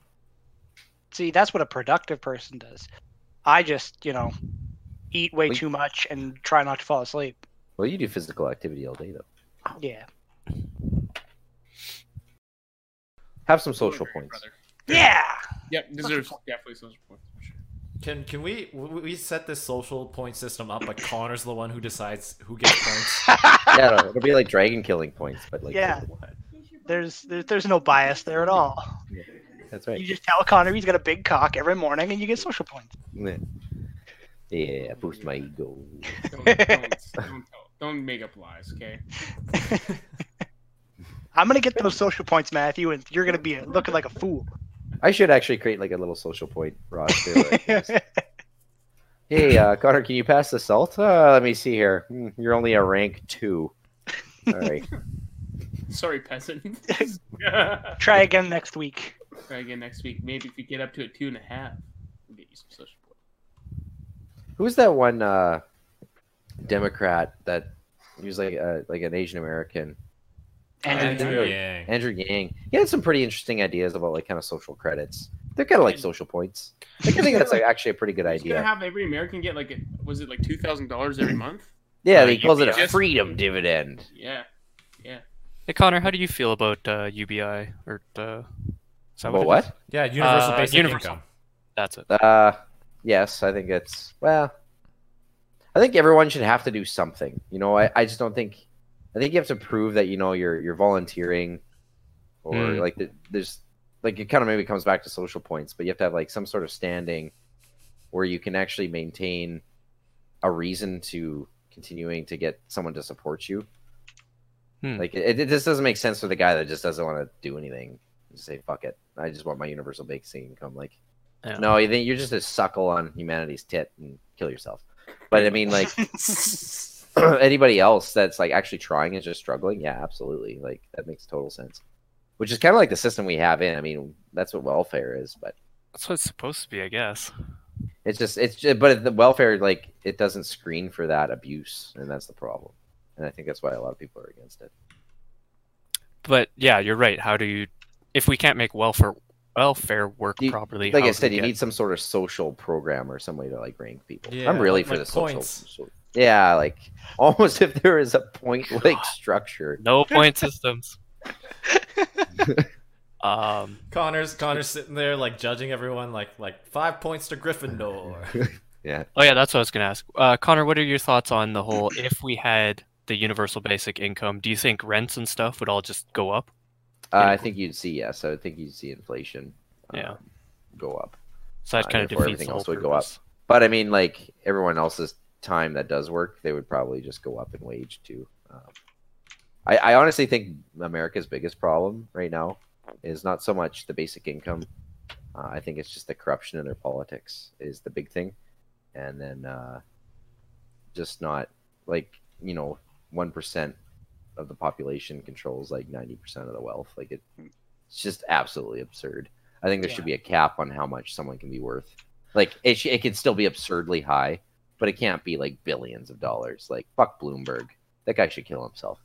[SPEAKER 3] See, that's what a productive person does. I just, you know, eat way
[SPEAKER 6] Wait.
[SPEAKER 3] too much and try not to fall asleep.
[SPEAKER 6] Well, you do physical activity all day though.
[SPEAKER 3] Yeah.
[SPEAKER 6] Have some social points.
[SPEAKER 3] Yeah.
[SPEAKER 2] Yep, deserves definitely social points. for sure.
[SPEAKER 4] Can can we w- we set this social point system up? But Connor's the one who decides who gets points.
[SPEAKER 6] yeah, no, it'll be like dragon killing points, but like
[SPEAKER 3] Yeah. There's there, there's no bias there at all.
[SPEAKER 6] that's right.
[SPEAKER 3] You just tell Connor he's got a big cock every morning, and you get social points.
[SPEAKER 6] Yeah, Yeah, boost my ego.
[SPEAKER 2] Don't, don't, don't, tell- don't make up lies, okay?
[SPEAKER 3] I'm gonna get those social points, Matthew, and you're gonna be looking like a fool.
[SPEAKER 6] I should actually create like a little social point roster. like, just, hey, uh, Connor, can you pass the salt? Uh, let me see here. Hmm, you're only a rank two. All right.
[SPEAKER 2] Sorry, peasant.
[SPEAKER 3] Try again next week.
[SPEAKER 2] Try again next week. Maybe if you get up to a two and a half, we'll get you some social points.
[SPEAKER 6] Who's that one uh, Democrat that he was like uh, like an Asian American?
[SPEAKER 3] Andrew,
[SPEAKER 2] Andrew.
[SPEAKER 4] Yang.
[SPEAKER 6] Andrew Yang. He had some pretty interesting ideas about like kind of social credits. They're kind of like social points. Like, I think that's like, actually a pretty good
[SPEAKER 2] He's gonna
[SPEAKER 6] idea.
[SPEAKER 2] have every American get like, a, was it like two thousand dollars every month?
[SPEAKER 6] Yeah, he calls it a
[SPEAKER 2] Just-
[SPEAKER 6] freedom dividend.
[SPEAKER 2] Yeah.
[SPEAKER 5] Hey Connor, how do you feel about uh, UBI or uh, is that
[SPEAKER 6] Well,
[SPEAKER 5] it
[SPEAKER 6] what?
[SPEAKER 5] is?
[SPEAKER 4] Yeah, universal
[SPEAKER 5] Uh,
[SPEAKER 4] basic
[SPEAKER 5] universal.
[SPEAKER 4] income.
[SPEAKER 5] That's it.
[SPEAKER 6] Uh, yes, I think it's well. I think everyone should have to do something. You know, I, I just don't think. I think you have to prove that you know you're you're volunteering, or
[SPEAKER 5] Hmm.
[SPEAKER 6] like the, there's like it kind of maybe comes back to social points, but you have to have like some sort of standing where you can actually maintain a reason to continuing to get someone to support you.
[SPEAKER 5] Hmm.
[SPEAKER 6] Like it, it just doesn't make sense for the guy that just doesn't want to do anything. Just say fuck it. I just want my universal basic income. Like
[SPEAKER 5] Yeah.
[SPEAKER 6] no, you think you're just a suckle on humanity's tit and kill yourself. But I mean, like anybody else that's like actually trying is just struggling. Yeah, absolutely. Like that makes total sense. Which is kind of like the system we have in. I mean, that's what welfare is, but
[SPEAKER 5] That's what it's supposed to be, I guess.
[SPEAKER 6] it's just it's just, but the welfare like it doesn't screen for that abuse, and that's the problem. And I think that's why a lot of people are against it.
[SPEAKER 5] But yeah, you're right. How do you if we can't make welfare welfare work
[SPEAKER 6] You-
[SPEAKER 5] properly?
[SPEAKER 6] Like I
[SPEAKER 5] how do
[SPEAKER 6] said,
[SPEAKER 5] we
[SPEAKER 6] you
[SPEAKER 5] get-
[SPEAKER 6] need some sort of social program or some way to like rank people.
[SPEAKER 4] Yeah,
[SPEAKER 6] I'm really
[SPEAKER 4] like
[SPEAKER 6] for the social,
[SPEAKER 4] points.
[SPEAKER 6] so- Yeah, like almost if there is a point like structure.
[SPEAKER 5] no point systems. um
[SPEAKER 4] Connor's Connor's sitting there like judging everyone like like five points to Gryffindor.
[SPEAKER 5] Oh yeah, that's what I was gonna ask. Uh, Connor, what are your thoughts on the whole? If we had the universal basic income, do you think rents and stuff would all just go up?
[SPEAKER 6] Uh,
[SPEAKER 5] Yeah.
[SPEAKER 6] I think you'd see yes. I would think you'd see inflation. um,
[SPEAKER 5] Yeah.
[SPEAKER 6] go up.
[SPEAKER 5] So that
[SPEAKER 6] Uh,
[SPEAKER 5] kind of
[SPEAKER 6] therefore
[SPEAKER 5] defeats
[SPEAKER 6] everything
[SPEAKER 5] the whole
[SPEAKER 6] else would go up.
[SPEAKER 5] purpose.
[SPEAKER 6] But I mean, like everyone else's time that does work, they would probably just go up in wage too. Um, I, I honestly think America's biggest problem right now is not so much the basic income. Uh, I think it's just the corruption in their politics is the big thing, and then uh, just not like you know, one percent of the population controls like ninety percent of the wealth. Like it, it's just absolutely absurd. I think there should be a cap on how much someone can be worth. Like it, sh- it can still be absurdly high, but it can't be like billions of dollars. Like fuck Bloomberg, that guy should kill himself.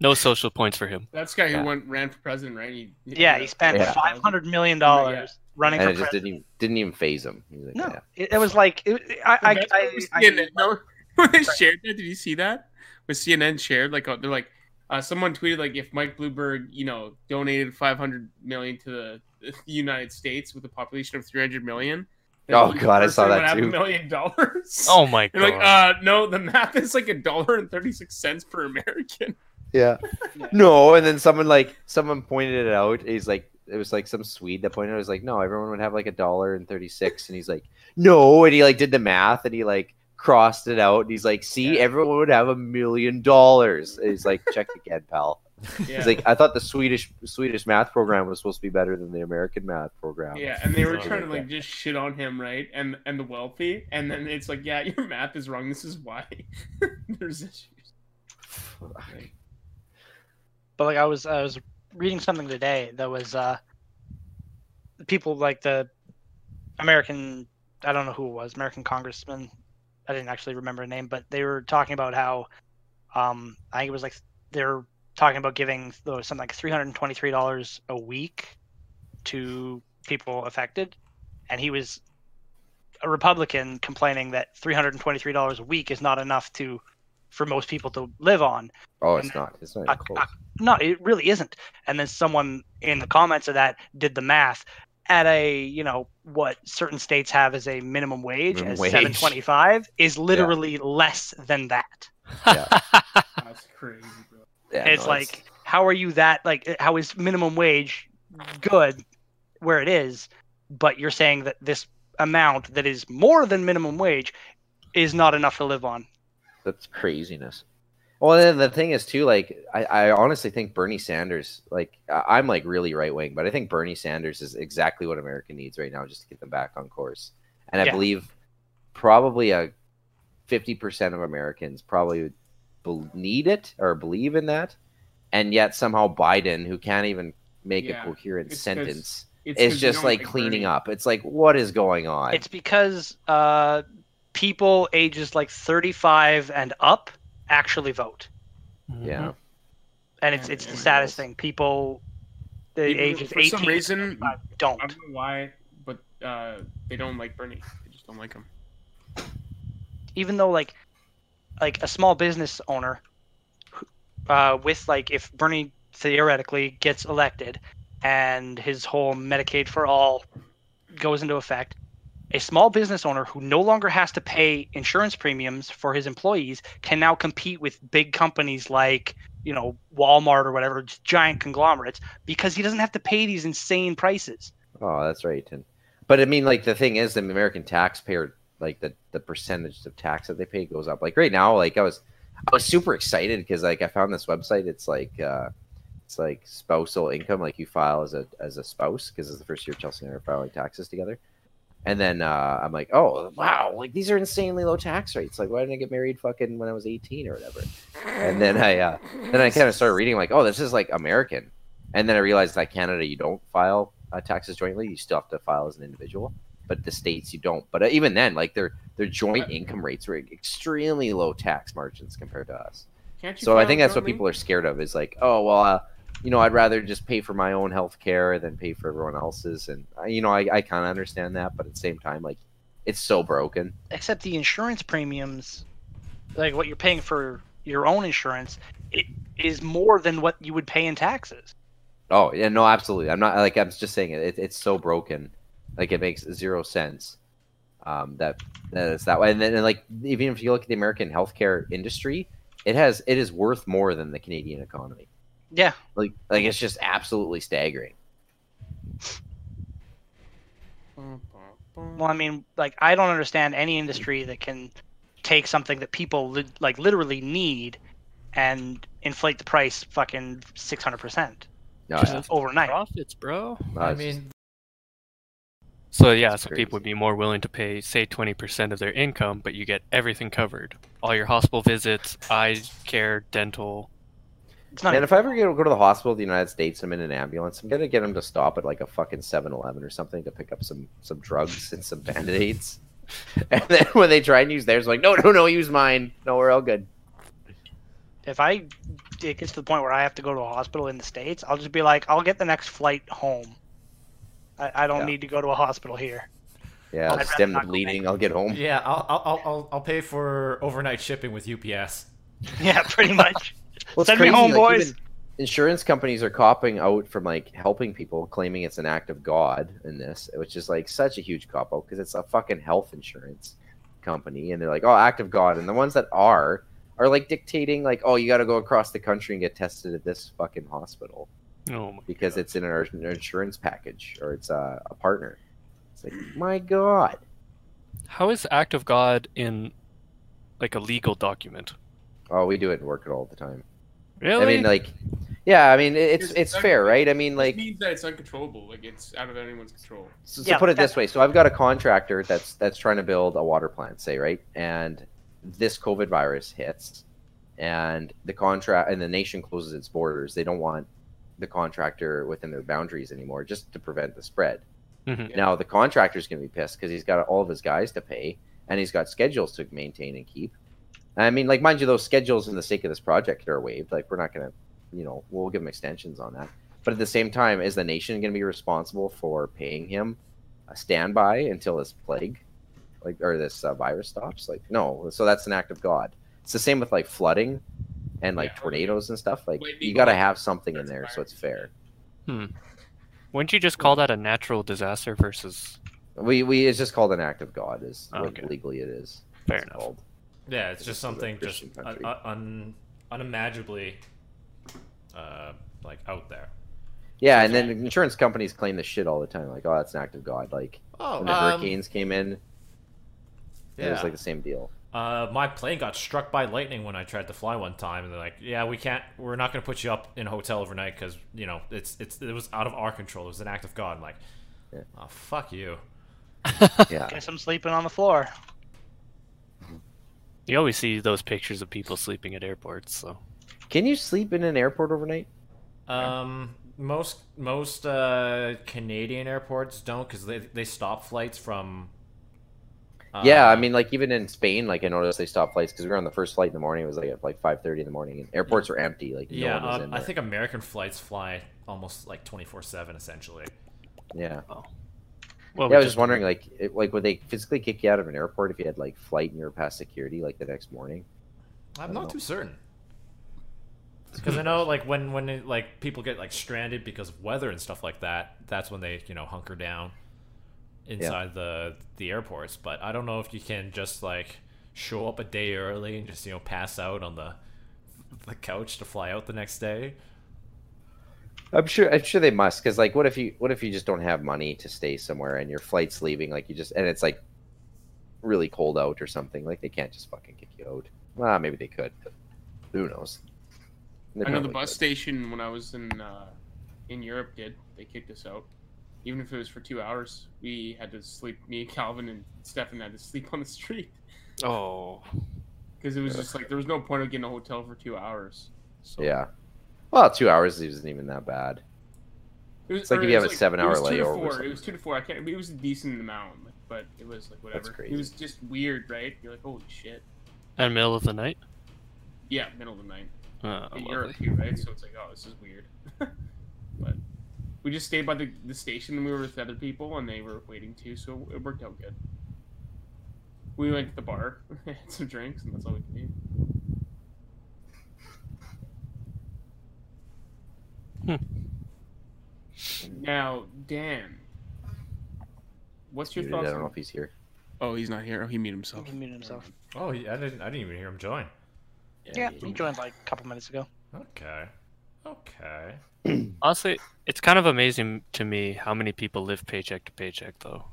[SPEAKER 5] No social points for him.
[SPEAKER 2] That's the guy who
[SPEAKER 6] Yeah.
[SPEAKER 2] went ran for president, right? He, uh,
[SPEAKER 3] yeah, he spent
[SPEAKER 6] Yeah.
[SPEAKER 3] five hundred million
[SPEAKER 2] Yeah.
[SPEAKER 3] dollars running
[SPEAKER 6] and
[SPEAKER 3] for
[SPEAKER 6] it just
[SPEAKER 3] president.
[SPEAKER 6] didn't even, didn't even phase him. He was like,
[SPEAKER 3] No,
[SPEAKER 6] "Yeah."
[SPEAKER 3] it, it was like it, I, I,
[SPEAKER 2] That's
[SPEAKER 3] I,
[SPEAKER 2] what was
[SPEAKER 3] I-
[SPEAKER 2] CNN. No, when they shared that, did you see that? When CNN shared, like, oh, they're like, uh, someone tweeted like, if Mike Bloomberg, you know, donated 500 million to the, the United States with a population of 300 million. then
[SPEAKER 6] Oh,
[SPEAKER 2] each
[SPEAKER 6] God, I saw
[SPEAKER 2] person
[SPEAKER 6] that
[SPEAKER 2] would have
[SPEAKER 6] too.
[SPEAKER 2] A million dollars.
[SPEAKER 5] Oh my god.
[SPEAKER 2] They're like, uh, no, the math is like a dollar and 36 cents per American.
[SPEAKER 6] Yeah.
[SPEAKER 3] Yeah.
[SPEAKER 6] No, and then someone like someone pointed it out. He's like, it was like some Swede that pointed. out. It was like, no, everyone would have like a dollar and thirty six, and he's like, no, and he like did the math, and he like crossed it out, and he's like, see, everyone would have a million dollars. And He's like, check again, pal.
[SPEAKER 2] Yeah.
[SPEAKER 6] He's like, I thought the Swedish Swedish math program was supposed to be better than the American math program.
[SPEAKER 2] Yeah, and they were
[SPEAKER 6] Oh,
[SPEAKER 2] trying to like
[SPEAKER 6] okay.
[SPEAKER 2] just shit on him, right? And and the wealthy, and then it's like, yeah, your math is wrong. This is why there's issues.
[SPEAKER 3] but like I was I was reading something today that was uh people like the American I don't know who it was American congressman I didn't actually remember a name but they were talking about how um I think it was like they're talking about giving there was something like three hundred and twenty three dollars a week to people affected and he was a Republican complaining that three hundred and twenty three dollars a week is not enough to for most people to live on
[SPEAKER 6] Oh, it's not. It's not even
[SPEAKER 3] I-
[SPEAKER 6] close.
[SPEAKER 3] I- no, it really isn't. And then someone in the comments of that did the math at a you know what certain states have as a minimum wage
[SPEAKER 6] Minimum
[SPEAKER 3] as
[SPEAKER 6] wage.
[SPEAKER 3] 725 is literally less than that.
[SPEAKER 2] That's crazy, bro.
[SPEAKER 6] Yeah,
[SPEAKER 3] it's
[SPEAKER 6] no,
[SPEAKER 3] like how are you that like how is minimum wage good where it is but you're saying that this amount that is more than minimum wage is not enough to live on.
[SPEAKER 6] That's craziness. Well, then the thing is too, like I, I honestly think Bernie Sanders, like I- I'm like really right wing, but I think Bernie Sanders is exactly what America needs right now, just to get them back on course. And I
[SPEAKER 3] Yeah.
[SPEAKER 6] believe probably a 50% of Americans probably bel need it or believe in that, and yet somehow Biden, who can't even make
[SPEAKER 2] Yeah,
[SPEAKER 6] a coherent
[SPEAKER 2] it's 'cause-
[SPEAKER 6] sentence,
[SPEAKER 2] because
[SPEAKER 6] is
[SPEAKER 2] you
[SPEAKER 6] just
[SPEAKER 2] don't
[SPEAKER 6] like cleaning
[SPEAKER 2] Bernie.
[SPEAKER 6] up. It's like what is going on?
[SPEAKER 3] It's because uh, people ages like 35 and up actually vote.
[SPEAKER 5] Mm-hmm.
[SPEAKER 6] yeah.
[SPEAKER 3] and it's
[SPEAKER 2] Yeah,
[SPEAKER 3] it's the
[SPEAKER 2] yeah.
[SPEAKER 3] saddest thing. People the
[SPEAKER 2] People-
[SPEAKER 3] age of
[SPEAKER 2] for some
[SPEAKER 3] eighteen
[SPEAKER 2] reason,
[SPEAKER 3] to 25
[SPEAKER 2] I
[SPEAKER 3] don't.
[SPEAKER 2] don't know why, but uh, they don't like Bernie. They just don't like him.
[SPEAKER 3] Even though like like a small business owner who- uh, with like if Bernie theoretically gets elected and his whole Medicaid for all goes into effect, a small business owner who no longer has to pay insurance premiums for his employees can now compete with big companies like you know Walmart or whatever just giant conglomerates because he doesn't have to pay these insane prices.
[SPEAKER 6] Oh, that's right. And but I mean, like the thing is, the American taxpayer, like the the percentage of tax that they pay goes up. Like right now, like I was, I was super excited because like I found this website. It's like, uh, it's like spousal income. Like you file as a as a spouse because it's the first year Chelsea and I are filing taxes together. And then uh, I'm like, oh wow, like these are insanely low tax rates. Like why didn't I get married fucking when I was 18 or whatever? And then I uh, then I kind of started reading like, oh, this is like American. And then I realized that Canada, you don't file uh, taxes jointly; you still have to file as an individual. But the states, you don't. But uh, even then, like their their joint income rates were extremely low tax margins compared to us.
[SPEAKER 2] Can't you
[SPEAKER 6] So I
[SPEAKER 2] file
[SPEAKER 6] think that's what
[SPEAKER 2] jointly?
[SPEAKER 6] people are scared of is like, oh well, uh, you know, I'd rather just pay for my own health care than pay for everyone else's. And uh, you know, I, I kind of understand that, but at the same time, like, it's so broken.
[SPEAKER 3] except the insurance premiums like what you're paying for your own insurance it is more than what you would pay in taxes
[SPEAKER 6] Oh yeah, no, absolutely. I'm not like I'm just saying it. it it's so broken, like it makes zero sense. Um, that that it's that way, and then and, like even if you look at the American healthcare industry, it has it is worth more than the Canadian economy.
[SPEAKER 3] yeah
[SPEAKER 6] Like like it's just absolutely staggering.
[SPEAKER 3] well i mean like i don't understand any industry that can take something that people li- like literally need and inflate the price fucking 600%
[SPEAKER 6] No,
[SPEAKER 5] Just-
[SPEAKER 6] yeah.
[SPEAKER 3] overnight
[SPEAKER 5] Profits, bro.
[SPEAKER 6] No,
[SPEAKER 4] I
[SPEAKER 6] it's just-
[SPEAKER 4] mean,
[SPEAKER 5] So yeah,
[SPEAKER 6] That's
[SPEAKER 5] so
[SPEAKER 6] crazy.
[SPEAKER 5] people would be more willing to pay, say, twenty percent of their income, but you get everything covered: all your hospital visits, eye care, dental.
[SPEAKER 3] It's not.
[SPEAKER 6] And
[SPEAKER 3] Even,
[SPEAKER 6] if I ever get, go to the hospital in the United States, I'm in an ambulance. I'm gonna get him to stop at like a fucking 7-Eleven or something to pick up some some drugs and some band-aids. And then when they try and use theirs, like, no, no, no, use mine. No, we're all good.
[SPEAKER 3] if I it gets to the point where I have to go to a hospital in the states, I'll just be like, I'll get the next flight home. I, I don't
[SPEAKER 6] Yeah.
[SPEAKER 3] need to go to a hospital here.
[SPEAKER 6] Yeah,
[SPEAKER 3] I'd
[SPEAKER 6] I'll
[SPEAKER 3] rather
[SPEAKER 6] stem the
[SPEAKER 3] not go
[SPEAKER 6] bleeding. I'll get home.
[SPEAKER 4] Yeah, I'll, I'll, I'll- I'll, I'll pay for overnight shipping with UPS.
[SPEAKER 3] Yeah, pretty much.
[SPEAKER 6] Well, it's
[SPEAKER 3] Send me home, boys.
[SPEAKER 6] even Insurance companies are copping out from like helping people, claiming it's an act of God in this, which is like such a huge cop out because it's a fucking health insurance company, and they're like, oh, act of God, and the ones that are are like dictating like, oh, you got to go across the country and get tested at this fucking hospital
[SPEAKER 5] Oh my
[SPEAKER 6] because it's in our, in our insurance package or it's uh, a partner. It's like, my God,
[SPEAKER 5] How is act of God in like a legal document?
[SPEAKER 6] oh, we do it and work it all the time.
[SPEAKER 5] Really?
[SPEAKER 6] I mean, like, yeah, I mean, it's
[SPEAKER 2] Here's-
[SPEAKER 6] it's fair, right? I mean, like.
[SPEAKER 2] it means that it's uncontrollable. Like it's out of anyone's control.
[SPEAKER 6] So,
[SPEAKER 3] Yeah,
[SPEAKER 6] so put
[SPEAKER 3] but
[SPEAKER 6] it this
[SPEAKER 3] that-
[SPEAKER 6] way: so I've got a contractor that's that's trying to build a water plant, say, right? And this COVID virus hits, and the contract and the nation closes its borders. They don't want the contractor within their boundaries anymore, just to prevent the spread.
[SPEAKER 5] Mhm.
[SPEAKER 6] Now the contractor's going to be pissed because he's got all of his guys to pay, and he's got schedules to maintain and keep. I mean, like, mind you, those schedules in the sake of this project are waived. Like, we're not going to, you know, we'll give him extensions on that. But at the same time, is the nation going to be responsible for paying him a standby until this plague, like, or this uh, virus stops? Like, no. So that's an act of God. It's the same with like flooding and like
[SPEAKER 2] Yeah.
[SPEAKER 6] tornadoes and stuff. Like,
[SPEAKER 2] Lightning
[SPEAKER 6] you got to
[SPEAKER 2] bolt.
[SPEAKER 6] have something in
[SPEAKER 2] That's
[SPEAKER 6] there so
[SPEAKER 2] fire.
[SPEAKER 6] it's fair.
[SPEAKER 5] Wouldn't you just call that a natural disaster versus?
[SPEAKER 6] We we it's just called an act of God is
[SPEAKER 5] Okay.
[SPEAKER 6] what legally it is.
[SPEAKER 5] Fair
[SPEAKER 6] It's
[SPEAKER 5] enough.
[SPEAKER 6] called.
[SPEAKER 4] Yeah, it's just
[SPEAKER 6] Just a
[SPEAKER 4] something just
[SPEAKER 6] Christian
[SPEAKER 4] un-
[SPEAKER 6] country.
[SPEAKER 4] un- un- unimaginably uh, like out there.
[SPEAKER 6] Yeah, and then insurance companies claim this shit all the time. Like, oh, that's an act of God. Like
[SPEAKER 4] Oh,
[SPEAKER 6] when the hurricanes came in, it was
[SPEAKER 4] yeah.
[SPEAKER 6] like the same deal.
[SPEAKER 4] Uh, my plane got struck by lightning when I tried to fly one time, and they're like, "Yeah, we can't. We're not going to put you up in a hotel overnight because you know it's it's it was out of our control. It was an act of God." I'm like,
[SPEAKER 6] Yeah.
[SPEAKER 4] "Oh fuck you."
[SPEAKER 6] Yeah,
[SPEAKER 3] Guess I'm sleeping on the floor.
[SPEAKER 5] You always see those pictures of people sleeping at airports. So
[SPEAKER 6] can you sleep in an airport overnight?
[SPEAKER 4] Um, most most uh, Canadian airports don't because they they stop flights from. Uh,
[SPEAKER 6] yeah, I mean, like even in Spain, like I noticed they stopped flights because we were on the first flight in the morning. It was like at like five thirty in the morning, and airports are empty. Like no
[SPEAKER 4] yeah,
[SPEAKER 6] one was
[SPEAKER 4] uh,
[SPEAKER 6] in
[SPEAKER 4] I
[SPEAKER 6] there.
[SPEAKER 4] think American flights fly almost like twenty four seven essentially.
[SPEAKER 6] Yeah,
[SPEAKER 5] well,
[SPEAKER 6] yeah. I
[SPEAKER 5] we
[SPEAKER 6] was Oh, just wondering, like, it, like would they physically kick you out of an airport if you had like flight and you were past security like the next morning?
[SPEAKER 4] I'm
[SPEAKER 6] I
[SPEAKER 4] not
[SPEAKER 6] don't
[SPEAKER 4] too certain. Because I know, like when when it, like people get like stranded because of weather and stuff like that, that's when they you know hunker down inside the the airports. But I don't know if you can just like show up a day early and just you know pass out on the the couch to fly out the next day.
[SPEAKER 6] I'm sure. I'm sure they must, because like, what if you, what if you just don't have money to stay somewhere and your flight's leaving? Like, you just and it's like really cold out or something. Like, they can't just fucking kick you out. Well, maybe they could, but who knows? They
[SPEAKER 2] I know the
[SPEAKER 6] probably
[SPEAKER 2] bus
[SPEAKER 6] could.
[SPEAKER 2] station when I was in uh, in Europe did. They kicked us out, even if it was for two hours. We had to sleep. Me, Calvin, and Stefan had to sleep on the street
[SPEAKER 5] just- oh,
[SPEAKER 2] because it was just like there was no point of getting a hotel for two hours. So
[SPEAKER 6] Yeah. Well, two hours isn't even that bad.
[SPEAKER 2] It was,
[SPEAKER 6] It's like
[SPEAKER 2] or
[SPEAKER 6] if
[SPEAKER 2] it
[SPEAKER 6] you have
[SPEAKER 2] was
[SPEAKER 6] a seven-hour
[SPEAKER 2] it was two to
[SPEAKER 6] layover or
[SPEAKER 2] four- It
[SPEAKER 6] something.
[SPEAKER 2] was two to four. I can't. It was a decent amount, like, but it was like whatever.
[SPEAKER 6] crazy.
[SPEAKER 2] It was just weird, right? You're like, holy shit.
[SPEAKER 5] in the middle of the night.
[SPEAKER 2] Yeah, middle of the night.
[SPEAKER 5] Oh,
[SPEAKER 2] in
[SPEAKER 5] lovely.
[SPEAKER 2] Europe too, right? So it's like, oh, this is weird. but we just stayed by the, the station and we were with other people and they were waiting too, so it worked out good. We went to the bar, had some drinks, and that's all we could do. Now, Dan, what's your
[SPEAKER 6] Dude, I
[SPEAKER 2] thoughts?
[SPEAKER 6] don't know
[SPEAKER 2] On...
[SPEAKER 6] if he's here.
[SPEAKER 2] Oh, he's not here. Oh, he muted himself.
[SPEAKER 3] He muted himself.
[SPEAKER 4] Oh, yeah, I didn't I didn't even hear him join.
[SPEAKER 3] Yeah, he joined like a couple minutes ago.
[SPEAKER 4] Okay, okay.
[SPEAKER 5] Honestly, it's kind of amazing to me how many people live paycheck to paycheck, though.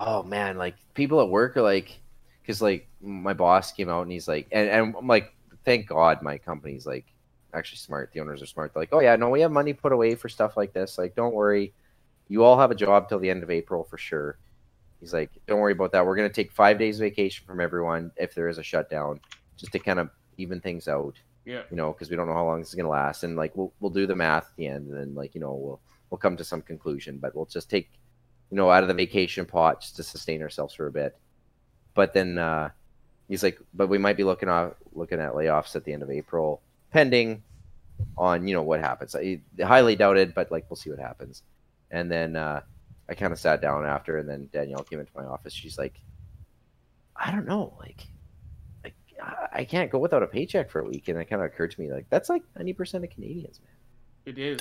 [SPEAKER 6] oh man, like people at work are like, because like my boss came out and he's like, and, and I'm like, thank God my company's like actually smart. The owners are smart. They're like, oh yeah, no, we have money put away for stuff like this. Like, don't worry. you all have a job till the end of April for sure. He's like, don't worry about that. We're gonna take five days vacation from everyone if there is a shutdown, just to kind of even things out.
[SPEAKER 2] Yeah.
[SPEAKER 6] You know, because we don't know how long this is gonna last, and like we'll we'll do the math at the end, and then like you know we'll we'll come to some conclusion, but we'll just take you know out of the vacation pot just to sustain ourselves for a bit. But then uh, he's like, but we might be looking off looking at layoffs at the end of April, pending on you know what happens. I highly doubted, but like we'll see what happens. And then uh, I kind of sat down after, and then Danielle came into my office. She's like, I don't know, like, like I- I can't go without a paycheck for a week. And it kind of occurred to me, like, that's like ninety percent of Canadians, man.
[SPEAKER 2] It is.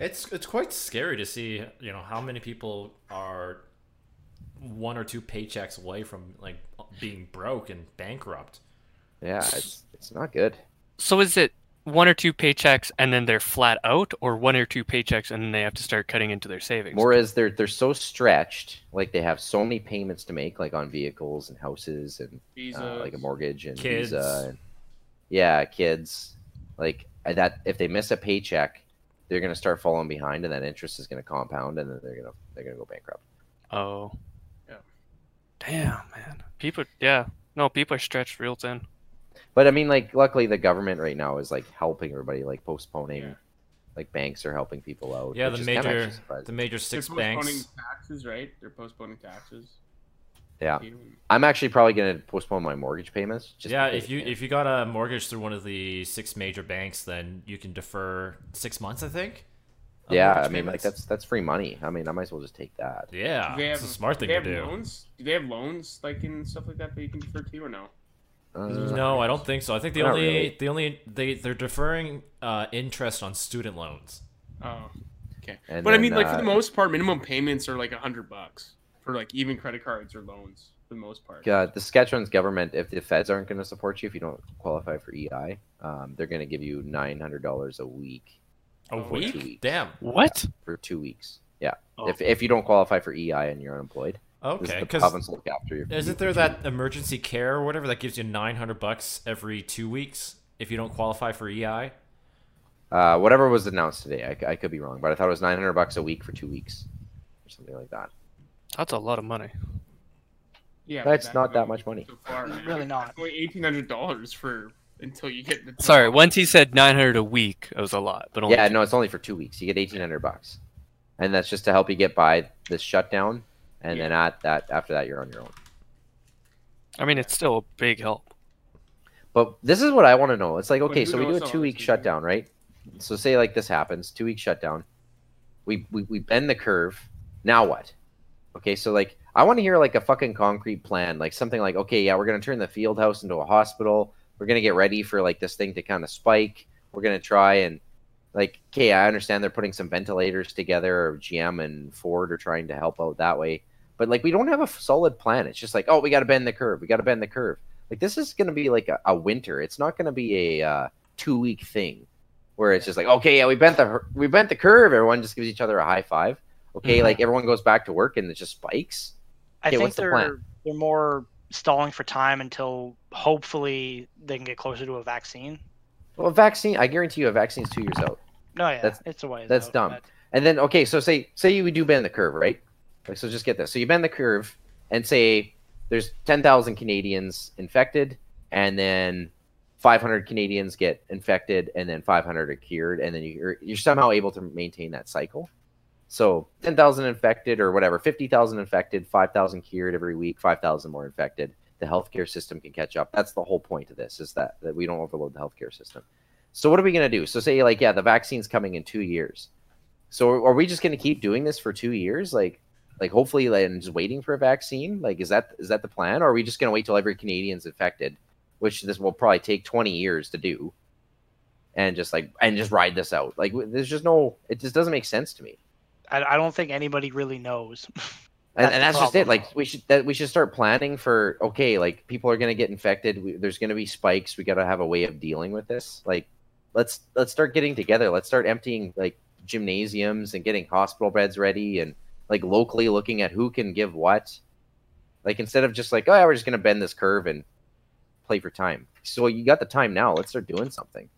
[SPEAKER 4] It's it's quite scary to see, you know, how many people are one or two paychecks away from like being broke and bankrupt.
[SPEAKER 6] Yeah, it's it's not good.
[SPEAKER 5] So is it one or two paychecks and then they're flat out, or one or two paychecks and then they have to start cutting into their savings?
[SPEAKER 6] More is they're they're so stretched, like they have so many payments to make, like on vehicles and houses and
[SPEAKER 2] He's
[SPEAKER 6] uh, like a mortgage and
[SPEAKER 4] Kids.
[SPEAKER 6] visa and yeah, kids. Like I- that, if they miss a paycheck, they're gonna start falling behind, and that interest is gonna compound, and then they're gonna they're gonna go bankrupt.
[SPEAKER 5] Oh.
[SPEAKER 2] Yeah.
[SPEAKER 5] Damn, man. People, yeah. No, people are stretched real thin.
[SPEAKER 6] But I mean, like, luckily the government right now is like helping everybody, like postponing,
[SPEAKER 2] Yeah.
[SPEAKER 6] like banks are helping people out.
[SPEAKER 4] Yeah,
[SPEAKER 6] which
[SPEAKER 4] the
[SPEAKER 6] is kinda
[SPEAKER 4] major
[SPEAKER 6] actually surprising.
[SPEAKER 4] the major six banks.
[SPEAKER 2] taxes, right? They're postponing taxes.
[SPEAKER 6] yeah, I'm actually probably gonna postpone my mortgage payments. Just
[SPEAKER 4] Yeah,
[SPEAKER 6] because
[SPEAKER 4] if you
[SPEAKER 6] I
[SPEAKER 4] if you got a mortgage through one of the six major banks, then you can defer six months, I think. of
[SPEAKER 6] can. yeah, I
[SPEAKER 4] mortgage
[SPEAKER 6] mean, like
[SPEAKER 4] payments.
[SPEAKER 6] that's that's free money. I mean, I might as well just take that.
[SPEAKER 4] yeah, it's a smart thing
[SPEAKER 2] they
[SPEAKER 4] to
[SPEAKER 2] have
[SPEAKER 4] do.
[SPEAKER 2] Loans? Do they have loans like and stuff like that that you can defer to or no?
[SPEAKER 6] Uh,
[SPEAKER 4] No, I don't think so. I think the
[SPEAKER 6] Not
[SPEAKER 4] only
[SPEAKER 6] really.
[SPEAKER 4] the only they they're deferring uh, interest on student loans.
[SPEAKER 2] Oh, okay.
[SPEAKER 6] And
[SPEAKER 2] but I mean,
[SPEAKER 6] then,
[SPEAKER 2] like for the
[SPEAKER 6] uh,
[SPEAKER 2] most part, minimum payments are like a hundred bucks for like even credit cards or loans for the most part.
[SPEAKER 6] uh, the Saskatchewan's government, if the feds aren't going to support you if you don't qualify for EI, um, they're going to give you nine hundred dollars a week
[SPEAKER 4] A
[SPEAKER 2] Oh,
[SPEAKER 4] week?
[SPEAKER 6] two weeks.
[SPEAKER 4] Damn.
[SPEAKER 5] What?
[SPEAKER 6] for two weeks. Yeah,
[SPEAKER 3] Oh.
[SPEAKER 6] if if you don't qualify for EI and you're unemployed, 'cause
[SPEAKER 4] Okay,
[SPEAKER 6] the
[SPEAKER 4] because
[SPEAKER 6] province will look after you.
[SPEAKER 4] isn't there that emergency care or whatever that gives you nine hundred bucks every two weeks if you don't qualify for E EI?
[SPEAKER 6] Uh, whatever was announced today, I, c- I could be wrong, but I thought it was nine hundred bucks a week for two weeks, or something like that.
[SPEAKER 5] That's a lot of money.
[SPEAKER 2] Yeah,
[SPEAKER 6] That's not that much money.
[SPEAKER 2] So far, man.
[SPEAKER 3] Really not.
[SPEAKER 2] It's only eighteen hundred dollars for until you get the
[SPEAKER 5] Sorry, once he said 900 a week, it was a lot, but only
[SPEAKER 6] Yeah, no, it's only for two weeks. You get eighteen hundred bucks, and that's just to help you get by this shutdown. And then at that, after that, you're on your own.
[SPEAKER 5] I mean, it's still a big help. But
[SPEAKER 6] But this is what I want to know. It's like,
[SPEAKER 2] But
[SPEAKER 6] okay,
[SPEAKER 2] who
[SPEAKER 6] so we
[SPEAKER 2] knows
[SPEAKER 6] do
[SPEAKER 2] how
[SPEAKER 6] a two week
[SPEAKER 2] much we-
[SPEAKER 6] shutdown, right? So say like this happens, two week shutdown. We, we we bend the curve. Now what? Okay, so like I want to hear like a fucking concrete plan, like something like, okay, yeah, we're gonna turn the field house into a hospital. We're gonna get ready for like this thing to kind of spike. We're gonna try and like, okay, I understand they're putting some ventilators together. Or GM and Ford are trying to help out that way, but like we don't have a f- solid plan. It's just like, oh, we gotta bend the curve. We gotta bend the curve like this is going to be like a, a winter it's not going to be a uh, two week thing where it's just like okay yeah we bent the we bent the curve everyone just gives each other a high five okay
[SPEAKER 5] Mhm.
[SPEAKER 6] like everyone goes back to work and it just spikes
[SPEAKER 3] I
[SPEAKER 6] Okay,
[SPEAKER 3] think
[SPEAKER 6] what's the
[SPEAKER 3] they're
[SPEAKER 6] plan?
[SPEAKER 3] they're more stalling for time until hopefully they can get closer to a vaccine.
[SPEAKER 6] well a vaccine i guarantee you a vaccine's two years out
[SPEAKER 3] No, yeah,
[SPEAKER 6] That's-
[SPEAKER 3] it's a way.
[SPEAKER 6] that's
[SPEAKER 3] out,
[SPEAKER 6] dumb.
[SPEAKER 3] but-
[SPEAKER 6] and then okay so say say you do bend the curve right like so just get this so you bend the curve and say there's 10,000 Canadians infected and then 500 Canadians get infected and then 500 are cured and then you're, you're somehow able to maintain that cycle. So 10,000 infected or whatever, 50,000 infected, 5,000 cured every week, 5,000 more infected. The healthcare system can catch up. That's the whole point of this is that, that we don't overload the healthcare system. So what are we going to do? So say like, yeah, the vaccine's coming in two years. So are we just going to keep doing this for two years? Like, like hopefully like, and just waiting for a vaccine like is that is that the plan or are we just going to wait till every canadian's infected which this will probably take 20 years to do and just like and just ride this out like w- there's just no it just doesn't make sense to me
[SPEAKER 3] I, I don't think anybody really knows.
[SPEAKER 6] and
[SPEAKER 3] That's
[SPEAKER 6] that's, and
[SPEAKER 3] the
[SPEAKER 6] that's just it
[SPEAKER 3] problem.
[SPEAKER 6] like we should that we should start planning for okay like people are going to get infected we, there's going to be spikes we got to have a way of dealing with this like let's let's start getting together let's start emptying like gymnasiums and getting hospital beds ready and like locally looking at who can give what like instead of just like oh yeah, we're just going to bend this curve and play for time so you got the time now let's start doing something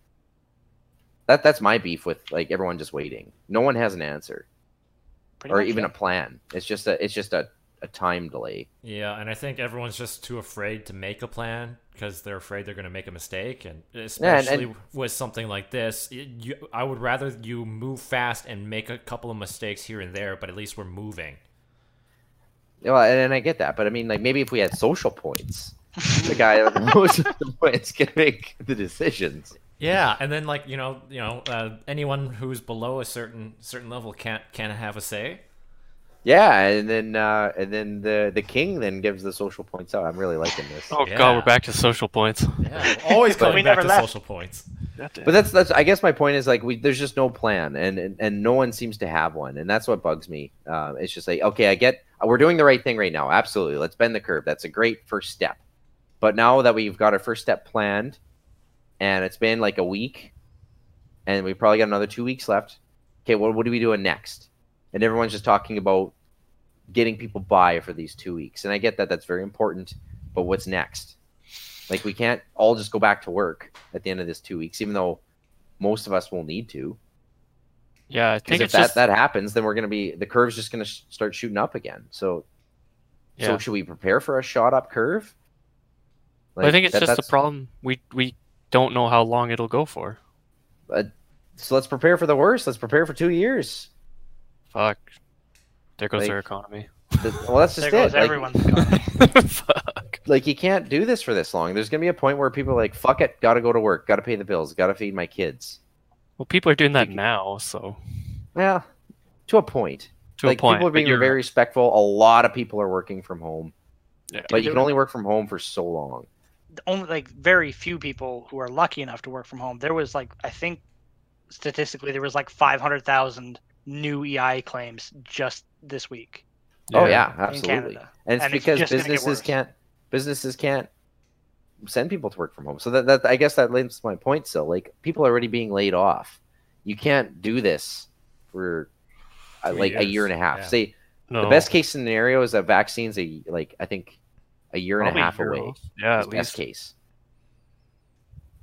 [SPEAKER 6] that that's my beef with like everyone just waiting no one has an answer
[SPEAKER 3] Pretty
[SPEAKER 6] or
[SPEAKER 3] much,
[SPEAKER 6] even
[SPEAKER 3] yeah.
[SPEAKER 6] a plan. It's just a it's just a, a time delay.
[SPEAKER 4] Yeah, and I think everyone's just too afraid to make a plan because they're afraid they're going to make a mistake, and
[SPEAKER 6] and-
[SPEAKER 4] especially with something like this, y- you, I would rather you move fast and make a couple of mistakes here and there, but at least we're moving.
[SPEAKER 6] Well, and, and I get that, but I mean, like maybe if we had social points, the guy with the most of the points can make the decisions.
[SPEAKER 4] Yeah, and then like you know, you know, uh, anyone who's below a certain certain level can't can't have a say.
[SPEAKER 6] Yeah, and then uh, and then the the king then gives the social points out. I'm really liking this.
[SPEAKER 5] Oh
[SPEAKER 4] Yeah.
[SPEAKER 5] god, we're back to social points.
[SPEAKER 4] Yeah, always
[SPEAKER 6] But
[SPEAKER 4] coming
[SPEAKER 3] we
[SPEAKER 4] back
[SPEAKER 3] never
[SPEAKER 4] to
[SPEAKER 3] left.
[SPEAKER 4] social points.
[SPEAKER 6] But that's that's I guess my point is like we there's just no plan and and, and no one seems to have one and that's what bugs me. Um, it's just like okay, I get we're doing the right thing right now. Absolutely, let's bend the curve. That's a great first step. But now that we've got our first step planned, and it's been like a week, and we probably got another two weeks left. Okay, what what are we doing next? And everyone's just talking about getting people buy for these two weeks, and I get that that's very important. But what's next? Like we can't all just go back to work at the end of this two weeks, even though most of us will need to.
[SPEAKER 5] Yeah, I
[SPEAKER 6] Because
[SPEAKER 5] think
[SPEAKER 6] if
[SPEAKER 5] it's
[SPEAKER 6] that,
[SPEAKER 5] just
[SPEAKER 6] that happens, then we're going to be the curve's just going to sh- start shooting up again. So,
[SPEAKER 5] yeah.
[SPEAKER 6] so should we prepare for a shot up curve?
[SPEAKER 5] But I think it's
[SPEAKER 6] that-
[SPEAKER 5] just the
[SPEAKER 6] that's-
[SPEAKER 5] problem. We we don't know how long it'll go for.
[SPEAKER 6] So let's prepare for the worst. Let's prepare for two years.
[SPEAKER 5] Fuck. There goes
[SPEAKER 6] Like-
[SPEAKER 5] our economy.
[SPEAKER 6] The- well, that's
[SPEAKER 3] There goes
[SPEAKER 6] just it. Like-
[SPEAKER 3] everyone. Scott.
[SPEAKER 5] Fuck.
[SPEAKER 6] like you can't do this for this long. There's going to be a point where people are like, "Fuck it, got to go to work, got to pay the bills, got to feed my kids."
[SPEAKER 5] Well, people are doing that now, so
[SPEAKER 6] Yeah, to a point.
[SPEAKER 5] to
[SPEAKER 6] like
[SPEAKER 5] a point.
[SPEAKER 6] people are
[SPEAKER 5] but
[SPEAKER 6] being
[SPEAKER 5] you're
[SPEAKER 6] very respectful. A lot of people are working from home,
[SPEAKER 5] Yeah.
[SPEAKER 6] but you can only work from home for so long.
[SPEAKER 3] The Only like very few people who are lucky enough to work from home. There was like I think statistically there was like 500,000 new EI claims just this week
[SPEAKER 6] Oh yeah,
[SPEAKER 3] in
[SPEAKER 6] absolutely.
[SPEAKER 3] Canada.
[SPEAKER 6] and it's
[SPEAKER 3] And it's
[SPEAKER 6] because
[SPEAKER 3] just gonna get
[SPEAKER 6] businesses
[SPEAKER 3] worse.
[SPEAKER 6] can't businesses can't send people to work from home. So that, that I guess that links to my point. So like people are already being laid off. You can't do this for uh,
[SPEAKER 4] Two
[SPEAKER 6] like a year
[SPEAKER 4] years,
[SPEAKER 6] and a half.
[SPEAKER 4] yeah.
[SPEAKER 6] Say
[SPEAKER 5] No.
[SPEAKER 6] the best case scenario is that vaccines a like I think a year and
[SPEAKER 5] Probably
[SPEAKER 6] a half
[SPEAKER 5] year
[SPEAKER 6] away.
[SPEAKER 5] off. Yeah,
[SPEAKER 6] is
[SPEAKER 5] at
[SPEAKER 6] best
[SPEAKER 5] least.
[SPEAKER 6] case.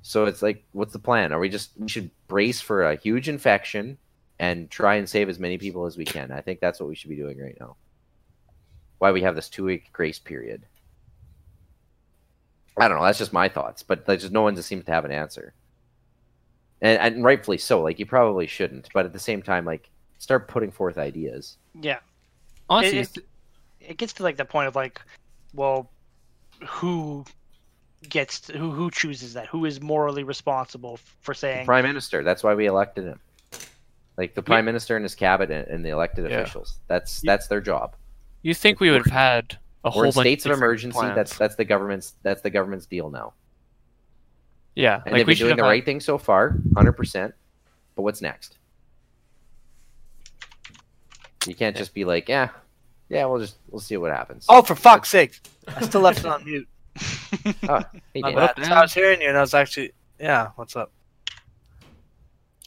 [SPEAKER 6] So it's like, what's the plan? Are we just we should brace for a huge infection and try and save as many people as we can? I think that's what we should be doing right now. Why we have this two week grace period. I don't know. That's just my thoughts, but like, just no one just seems to have an answer, and, and rightfully so. Like you probably shouldn't, but at the same time, like start putting forth ideas.
[SPEAKER 3] Yeah.
[SPEAKER 5] Honestly,
[SPEAKER 3] it, it, it gets to like the point of like, well, who gets to, who who chooses that? Who is morally responsible f- for
[SPEAKER 6] The
[SPEAKER 3] saying
[SPEAKER 6] prime minister. That's why we elected him. Like the prime minister and his cabinet and the elected
[SPEAKER 5] Yeah.
[SPEAKER 6] officials. That's
[SPEAKER 5] Yeah.
[SPEAKER 6] that's their job.
[SPEAKER 5] you think we would have had a whole
[SPEAKER 6] We're in
[SPEAKER 5] bunch
[SPEAKER 6] states of
[SPEAKER 5] different
[SPEAKER 6] emergency.
[SPEAKER 5] plans.
[SPEAKER 6] That's that's the government's that's the government's deal now.
[SPEAKER 5] yeah.
[SPEAKER 6] And
[SPEAKER 5] like
[SPEAKER 6] they've
[SPEAKER 5] we
[SPEAKER 6] been
[SPEAKER 5] should
[SPEAKER 6] doing
[SPEAKER 5] have
[SPEAKER 6] the
[SPEAKER 5] had-
[SPEAKER 6] right thing so far, hundred percent. But what's next? You can't just be like, yeah, yeah, we'll just we'll see what happens.
[SPEAKER 7] Oh, for fuck's sake! I still left it on mute.
[SPEAKER 6] Hey,
[SPEAKER 7] My
[SPEAKER 6] Dan,
[SPEAKER 7] bad. So I was hearing you, and I was actually, yeah. What's up?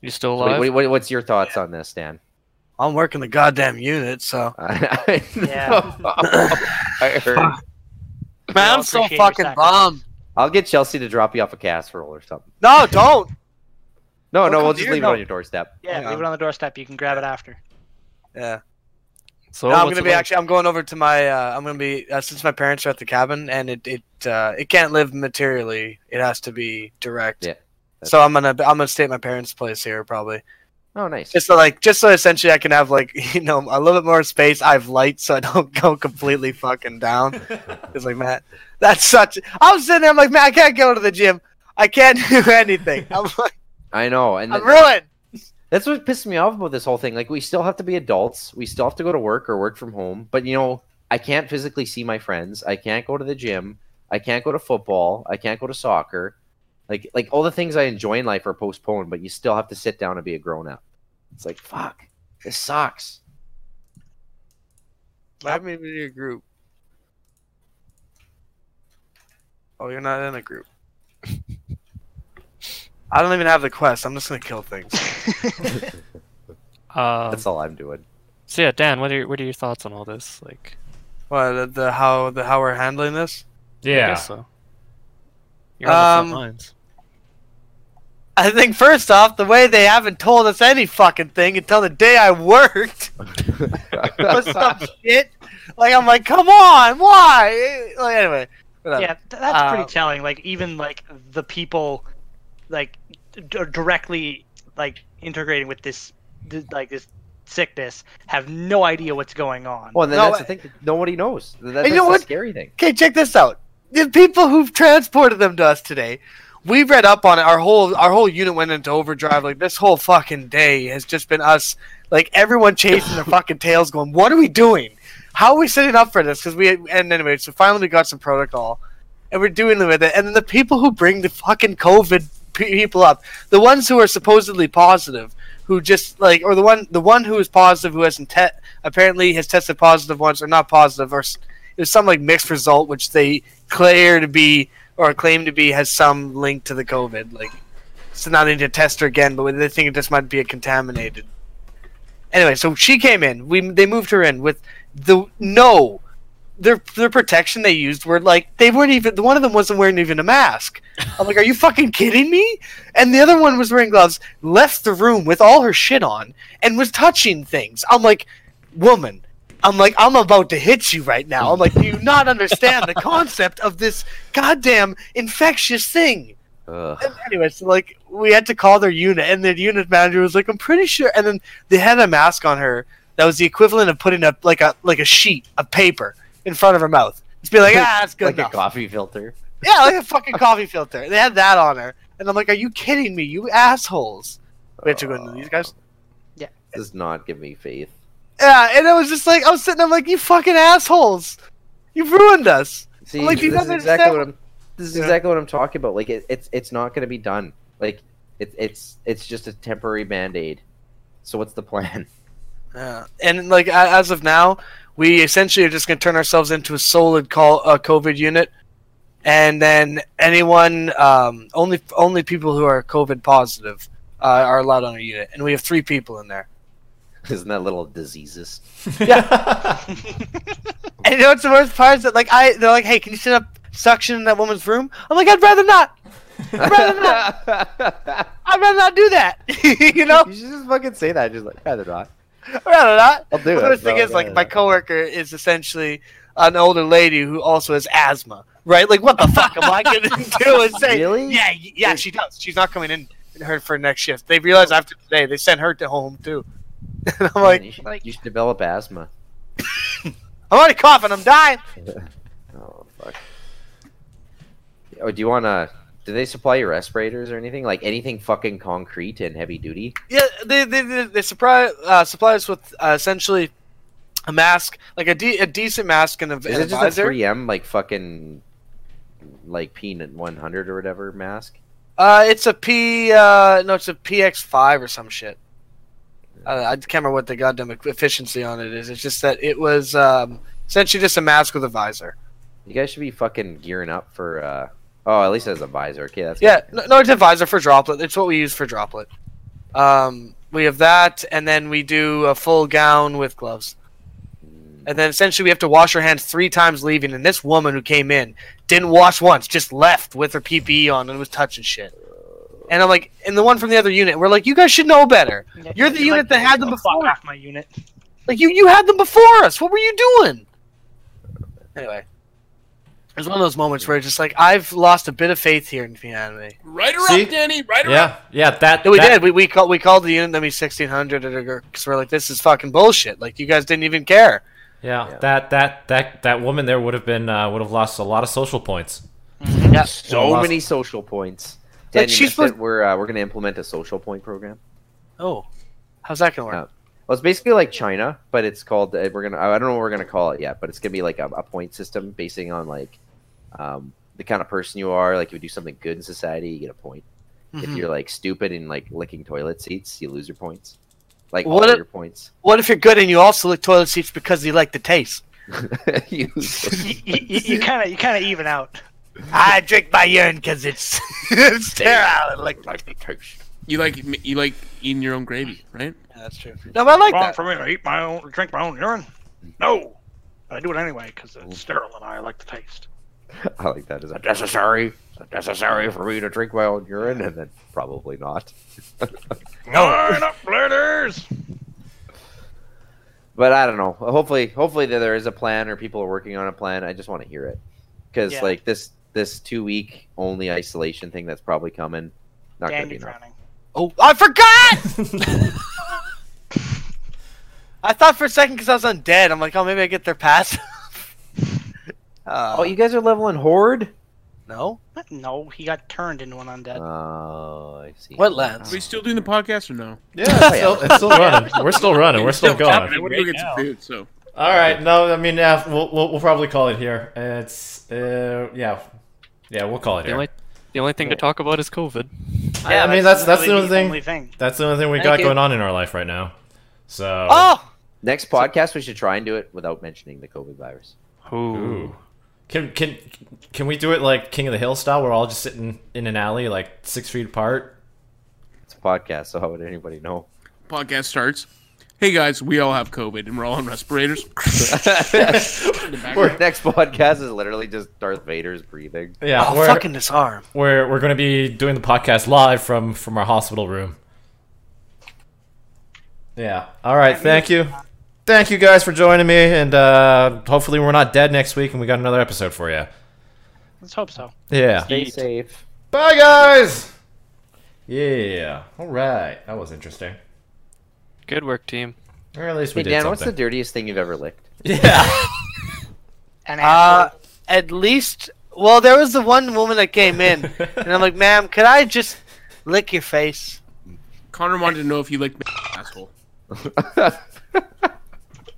[SPEAKER 5] You still
[SPEAKER 6] what-
[SPEAKER 5] alive?
[SPEAKER 6] what- what- what's your thoughts on this, Dan?
[SPEAKER 7] I'm working the goddamn unit, so
[SPEAKER 6] I-
[SPEAKER 3] Yeah.
[SPEAKER 6] I heard.
[SPEAKER 3] We
[SPEAKER 7] man,
[SPEAKER 3] all
[SPEAKER 7] I'm so
[SPEAKER 3] appreciate your
[SPEAKER 7] fucking
[SPEAKER 3] sacrifice.
[SPEAKER 7] bummed.
[SPEAKER 6] I'll get Chelsea to drop you off a casserole or something.
[SPEAKER 7] No, don't.
[SPEAKER 6] No,
[SPEAKER 7] Don't
[SPEAKER 6] no,
[SPEAKER 7] come
[SPEAKER 6] we'll just
[SPEAKER 7] here,
[SPEAKER 6] leave
[SPEAKER 7] no.
[SPEAKER 6] it on your doorstep.
[SPEAKER 3] yeah,
[SPEAKER 7] Yeah.
[SPEAKER 3] leave it on the doorstep. You can grab it after.
[SPEAKER 7] Yeah.
[SPEAKER 5] so
[SPEAKER 7] No, I'm
[SPEAKER 5] what's it
[SPEAKER 7] gonna be
[SPEAKER 5] like?
[SPEAKER 7] actually. I'm going over to my. Uh, I'm gonna be uh, since my parents are at the cabin, and it it uh, it can't live materially. It has to be direct.
[SPEAKER 6] Yeah, that's-
[SPEAKER 7] So I'm gonna I'm gonna stay at my parents' place here probably.
[SPEAKER 6] Oh, nice.
[SPEAKER 7] Just so like just so essentially I can have like you know a little bit more space. I have light, so I don't go completely fucking down. It's like Matt, that's such. I'm sitting there. I'm like Matt, I can't go to the gym. I can't do anything. I'm like,
[SPEAKER 6] I know, and
[SPEAKER 7] I'm
[SPEAKER 6] th-
[SPEAKER 7] ruined.
[SPEAKER 6] That's what pissed me off about this whole thing. Like, we still have to be adults. We still have to go to work or work from home. But, you know, I can't physically see my friends. I can't go to the gym. I can't go to football. I can't go to soccer. Like, like all the things I enjoy in life are postponed, but you still have to sit down and be a grown up. It's like, fuck, this sucks.
[SPEAKER 7] Let me in your group. Oh, you're not in a group. I don't even have the quest. I'm just gonna kill things.
[SPEAKER 5] Um,
[SPEAKER 6] That's all I'm doing.
[SPEAKER 5] so yeah, Dan, what are your, what are your thoughts on all this? Like,
[SPEAKER 7] What the, the how the how we're handling this?
[SPEAKER 5] I
[SPEAKER 4] Yeah,
[SPEAKER 5] guess so. You're on the
[SPEAKER 7] Um,
[SPEAKER 5] front lines.
[SPEAKER 7] I think first off, the way they haven't told us any fucking thing until the day I worked. or some shit. Like I'm like, come on, why? Like anyway, whatever.
[SPEAKER 3] Yeah, th- that's
[SPEAKER 7] Uh,
[SPEAKER 3] pretty telling. Like even like the people, like d- are directly like integrating with this, th- like this sickness, have no idea what's going on.
[SPEAKER 6] Well, and then
[SPEAKER 7] No,
[SPEAKER 6] that's the thing. Nobody knows. That, that's
[SPEAKER 7] you know
[SPEAKER 6] the
[SPEAKER 7] what?
[SPEAKER 6] scary thing.
[SPEAKER 7] Okay, check this out. The people who've transported them to us today, we read up on it. Our whole our whole unit went into overdrive. Like this whole fucking day has just been us, like everyone chasing their fucking tails, going, "What are we doing? How are we setting up for this?" Because we and anyway, so finally we got some protocol, and we're doing with it. And then the people who bring the fucking COVID pe- people up, the ones who are supposedly positive, who just like, or the one the one who is positive who hasn't te- apparently has tested positive once or not positive or. s- there's some like mixed result which they clear to be or claim to be has some link to the COVID. Like, so now they need to test her again, but they think this might be a contaminated. Anyway, so she came in. We they moved her in with the no. Their their protection they used were like they weren't even one of them wasn't wearing even a mask. I'm like, are you fucking kidding me? And the other one was wearing gloves, left the room with all her shit on, and was touching things. I'm like, woman, I'm like, I'm about to hit you right now. I'm like, do you not understand the concept of this goddamn infectious thing?
[SPEAKER 6] Ugh.
[SPEAKER 7] And anyway, so like, we had to call their unit, and the unit manager was like, I'm pretty sure. And then they had a mask on her that was the equivalent of putting up like a like a sheet of paper in front of her mouth. Just be like, ah, that's good
[SPEAKER 6] like
[SPEAKER 7] enough.
[SPEAKER 6] a coffee filter.
[SPEAKER 7] Yeah, like a fucking coffee filter. They had that on her, and I'm like, "Are you kidding me? You assholes!" We had to go into these guys.
[SPEAKER 6] Does not give me faith.
[SPEAKER 7] Yeah, and it was just like I was sitting. there, I'm like, "You fucking assholes! You ruined us."
[SPEAKER 6] See,
[SPEAKER 7] Like, you
[SPEAKER 6] this is
[SPEAKER 7] guys
[SPEAKER 6] exactly
[SPEAKER 7] understand-
[SPEAKER 6] what I'm. This is
[SPEAKER 7] Yeah.
[SPEAKER 6] exactly what I'm talking about. Like, it, it's it's not going to be done. Like, it, it's it's just a temporary band aid. So what's the plan?
[SPEAKER 7] Yeah. Uh, And like a- as of now, we essentially are just going to turn ourselves into a solid call uh, COVID unit, and then anyone um, only only people who are COVID positive uh, are allowed on our unit, and we have three people in there.
[SPEAKER 6] Isn't that little diseases?
[SPEAKER 7] And you know what's the worst part is that like I they're like, hey, can you sit up suction in that woman's room? I'm like, I'd rather not. I'd rather not. I'd rather not do that. you know,
[SPEAKER 6] You should just fucking say that. Just like rather not.
[SPEAKER 7] I'd rather not.
[SPEAKER 6] I'll do
[SPEAKER 7] The
[SPEAKER 6] it.
[SPEAKER 7] worst thing
[SPEAKER 6] No,
[SPEAKER 7] is like
[SPEAKER 6] no,
[SPEAKER 7] my
[SPEAKER 6] no.
[SPEAKER 7] coworker is essentially an older lady who also has asthma. Right? Like, what the fuck am I gonna do and say?
[SPEAKER 6] Really?
[SPEAKER 7] Yeah, y- yeah, she does. She's not coming in her for next shift. They realize after today they sent her to home too. and
[SPEAKER 6] you
[SPEAKER 7] I'm like,
[SPEAKER 6] should, you should develop asthma.
[SPEAKER 7] I'm already coughing. I'm dying.
[SPEAKER 6] Oh fuck. Oh, do you wanna? Do they supply you respirators or anything? Like anything fucking concrete and heavy duty?
[SPEAKER 7] Yeah, they they they, they supply uh, supply us with uh, essentially a mask, like a, de- a decent mask and a,
[SPEAKER 6] Is
[SPEAKER 7] and a
[SPEAKER 6] it just a
[SPEAKER 7] visor.
[SPEAKER 6] 3M like fucking like peanut 100 or whatever mask?
[SPEAKER 7] Uh, it's a P. Uh, no, it's a PX five or some shit. Uh, I can't remember what the goddamn e- efficiency on it is. It's just that it was um, essentially just a mask with a visor.
[SPEAKER 6] You guys should be fucking gearing up for. uh Oh, at least as a visor. Okay, that's
[SPEAKER 7] Yeah,
[SPEAKER 6] good.
[SPEAKER 7] no, no, it's a visor for droplet. It's what we use for droplet. Um, we have that, and then we do a full gown with gloves. And then essentially we have to wash our hands three times leaving. And this woman who came in didn't wash once, just left with her PPE on and was touching shit. And I'm like, and the one from the other unit, we're like, you guys should know better. You're the
[SPEAKER 3] Like,
[SPEAKER 7] unit that had them
[SPEAKER 3] the fuck
[SPEAKER 7] before.
[SPEAKER 3] off my unit.
[SPEAKER 7] Like you, you had them before us. What were you doing? Anyway, it's one of those moments where it's just like I've lost a bit of faith here in humanity.
[SPEAKER 2] Right her
[SPEAKER 4] See?
[SPEAKER 2] up, Danny. Right her up.
[SPEAKER 4] yeah, yeah. That
[SPEAKER 7] No, we
[SPEAKER 4] that-
[SPEAKER 7] did. We we called we called the unit number 1600 because we're like, this is fucking bullshit. Like you guys didn't even care.
[SPEAKER 4] Yeah,
[SPEAKER 6] Yeah.
[SPEAKER 4] that that that that woman there would have been uh, would have lost a lot of social points.
[SPEAKER 7] Yeah.
[SPEAKER 6] So
[SPEAKER 4] Lost-
[SPEAKER 6] many social points. Dan, like
[SPEAKER 7] Like, she's supposed-
[SPEAKER 6] we're uh, we're gonna implement a social point program.
[SPEAKER 7] Oh, how's that gonna work?
[SPEAKER 6] Yeah. Well, it's basically like China, but it's called. uh, We're gonna. I don't know what we're gonna call it yet, but it's gonna be like a, a point system basing on like um, the kind of person you are. Like if you do something good in society, you get a point. If
[SPEAKER 7] Mhm.
[SPEAKER 6] you're like stupid and like licking toilet seats, you lose your points. Like
[SPEAKER 7] What
[SPEAKER 6] all
[SPEAKER 7] if-
[SPEAKER 6] your points.
[SPEAKER 7] What if you're good and you also lick toilet seats because you like the taste?
[SPEAKER 6] you lose-
[SPEAKER 3] You kind of you kind of even out.
[SPEAKER 7] I drink my urine because it's, it's sterile and like, like the taste.
[SPEAKER 2] You like you like eating your own gravy, right?
[SPEAKER 7] Yeah, that's true. No, but I like
[SPEAKER 3] Wrong
[SPEAKER 7] that.
[SPEAKER 3] for me to eat my own, drink my own urine. No, but I do it anyway because it's sterile and I like the taste.
[SPEAKER 6] I like that. Is it necessary? Is it necessary for me to drink my own urine? And then probably not.
[SPEAKER 3] Line up, letters.
[SPEAKER 6] But I don't know. Hopefully, hopefully that there is a plan or people are working on a plan. I just want to hear it because
[SPEAKER 3] Yeah.
[SPEAKER 6] like this this two week only isolation thing that's probably coming. Not
[SPEAKER 3] Dan,
[SPEAKER 6] gonna be
[SPEAKER 3] you're
[SPEAKER 6] enough.
[SPEAKER 3] frowning.
[SPEAKER 7] Oh, I forgot! I thought for a second because I was undead. I'm like, oh, maybe I get their pass. uh,
[SPEAKER 6] Oh, you guys are leveling horde.
[SPEAKER 7] no.
[SPEAKER 3] What? No, he got turned into an
[SPEAKER 6] Uh,
[SPEAKER 7] Uh,
[SPEAKER 3] undead.
[SPEAKER 6] Oh, I see.
[SPEAKER 7] What lands?
[SPEAKER 2] Are we still doing the podcast or no?
[SPEAKER 4] Yeah, it's still, it's still running. We're still running. We're still
[SPEAKER 2] It's happening. I
[SPEAKER 4] going.
[SPEAKER 2] want to go get some food. So
[SPEAKER 4] All right. No, I mean, yeah, we'll, we'll, we'll probably call it here. It's uh, yeah, yeah, we'll call it
[SPEAKER 5] The
[SPEAKER 4] here.
[SPEAKER 5] only, the only thing to talk about is COVID.
[SPEAKER 4] I mean, that's that's the
[SPEAKER 3] really
[SPEAKER 4] only thing.
[SPEAKER 3] Only thing.
[SPEAKER 4] That's the only thing we
[SPEAKER 7] Thank
[SPEAKER 4] got
[SPEAKER 7] you.
[SPEAKER 4] going on in our life right now. So.
[SPEAKER 7] Oh,
[SPEAKER 6] Next podcast, we should try and do it without mentioning the COVID virus.
[SPEAKER 5] Ooh.
[SPEAKER 4] Ooh. Can can can we do it like King of the Hill style? We're all just sitting in an alley, like six feet apart.
[SPEAKER 6] It's a podcast, so how would anybody know?
[SPEAKER 2] podcast starts. Hey guys, we all have COVID and we're all on respirators.
[SPEAKER 6] Our next podcast is literally just Darth Vader's breathing.
[SPEAKER 4] Yeah,
[SPEAKER 7] I'll
[SPEAKER 4] we're
[SPEAKER 7] oh, fucking disarm.
[SPEAKER 4] we're we're gonna be doing the podcast live from from our hospital room. Yeah. All right. Thank you. Thank you guys for joining me, and uh, hopefully we're not dead next week, and we got another episode for you.
[SPEAKER 3] Let's hope so.
[SPEAKER 4] Yeah.
[SPEAKER 6] Stay safe.
[SPEAKER 4] Bye, guys. Yeah. All right. That was interesting.
[SPEAKER 5] Good work, team.
[SPEAKER 4] Or at least we
[SPEAKER 6] Hey,
[SPEAKER 4] did
[SPEAKER 6] Dan, what's the
[SPEAKER 4] something.
[SPEAKER 6] dirtiest thing you've ever licked?
[SPEAKER 4] yeah.
[SPEAKER 3] And
[SPEAKER 7] Uh, at least, well, there was the one woman that came in, and I'm like, ma'am, could I just lick your face?
[SPEAKER 2] Connor wanted to know if you liked me, asshole.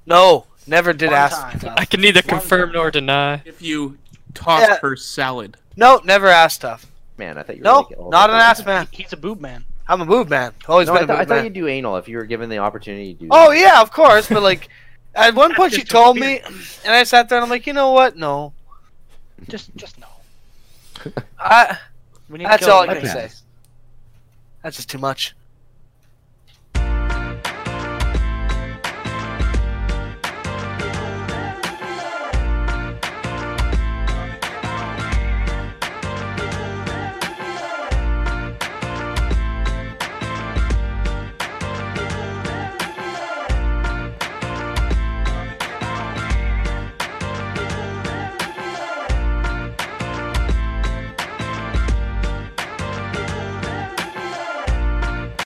[SPEAKER 7] No, never did ask.
[SPEAKER 5] I can neither confirm nor deny.
[SPEAKER 2] If you tossed
[SPEAKER 7] Yeah.
[SPEAKER 2] her salad.
[SPEAKER 7] No, never asked stuff.
[SPEAKER 6] man, I thought you were
[SPEAKER 7] No,
[SPEAKER 6] like all
[SPEAKER 7] not
[SPEAKER 6] the
[SPEAKER 7] an
[SPEAKER 6] time.
[SPEAKER 7] ass man.
[SPEAKER 3] he's a boob man.
[SPEAKER 7] I'm a boob man. Always
[SPEAKER 6] No, I,
[SPEAKER 7] been
[SPEAKER 6] thought-
[SPEAKER 7] a
[SPEAKER 6] I
[SPEAKER 7] boob
[SPEAKER 6] thought
[SPEAKER 7] man.
[SPEAKER 6] you'd do anal if you were given the opportunity to do
[SPEAKER 7] Oh yeah, of course. But like, at one point she told me, and I sat there and I'm like, you know what? No,
[SPEAKER 3] Just, just no.
[SPEAKER 7] I.
[SPEAKER 3] We need
[SPEAKER 7] That's
[SPEAKER 3] to kill
[SPEAKER 7] all I
[SPEAKER 3] him.
[SPEAKER 7] can say. That's just too much.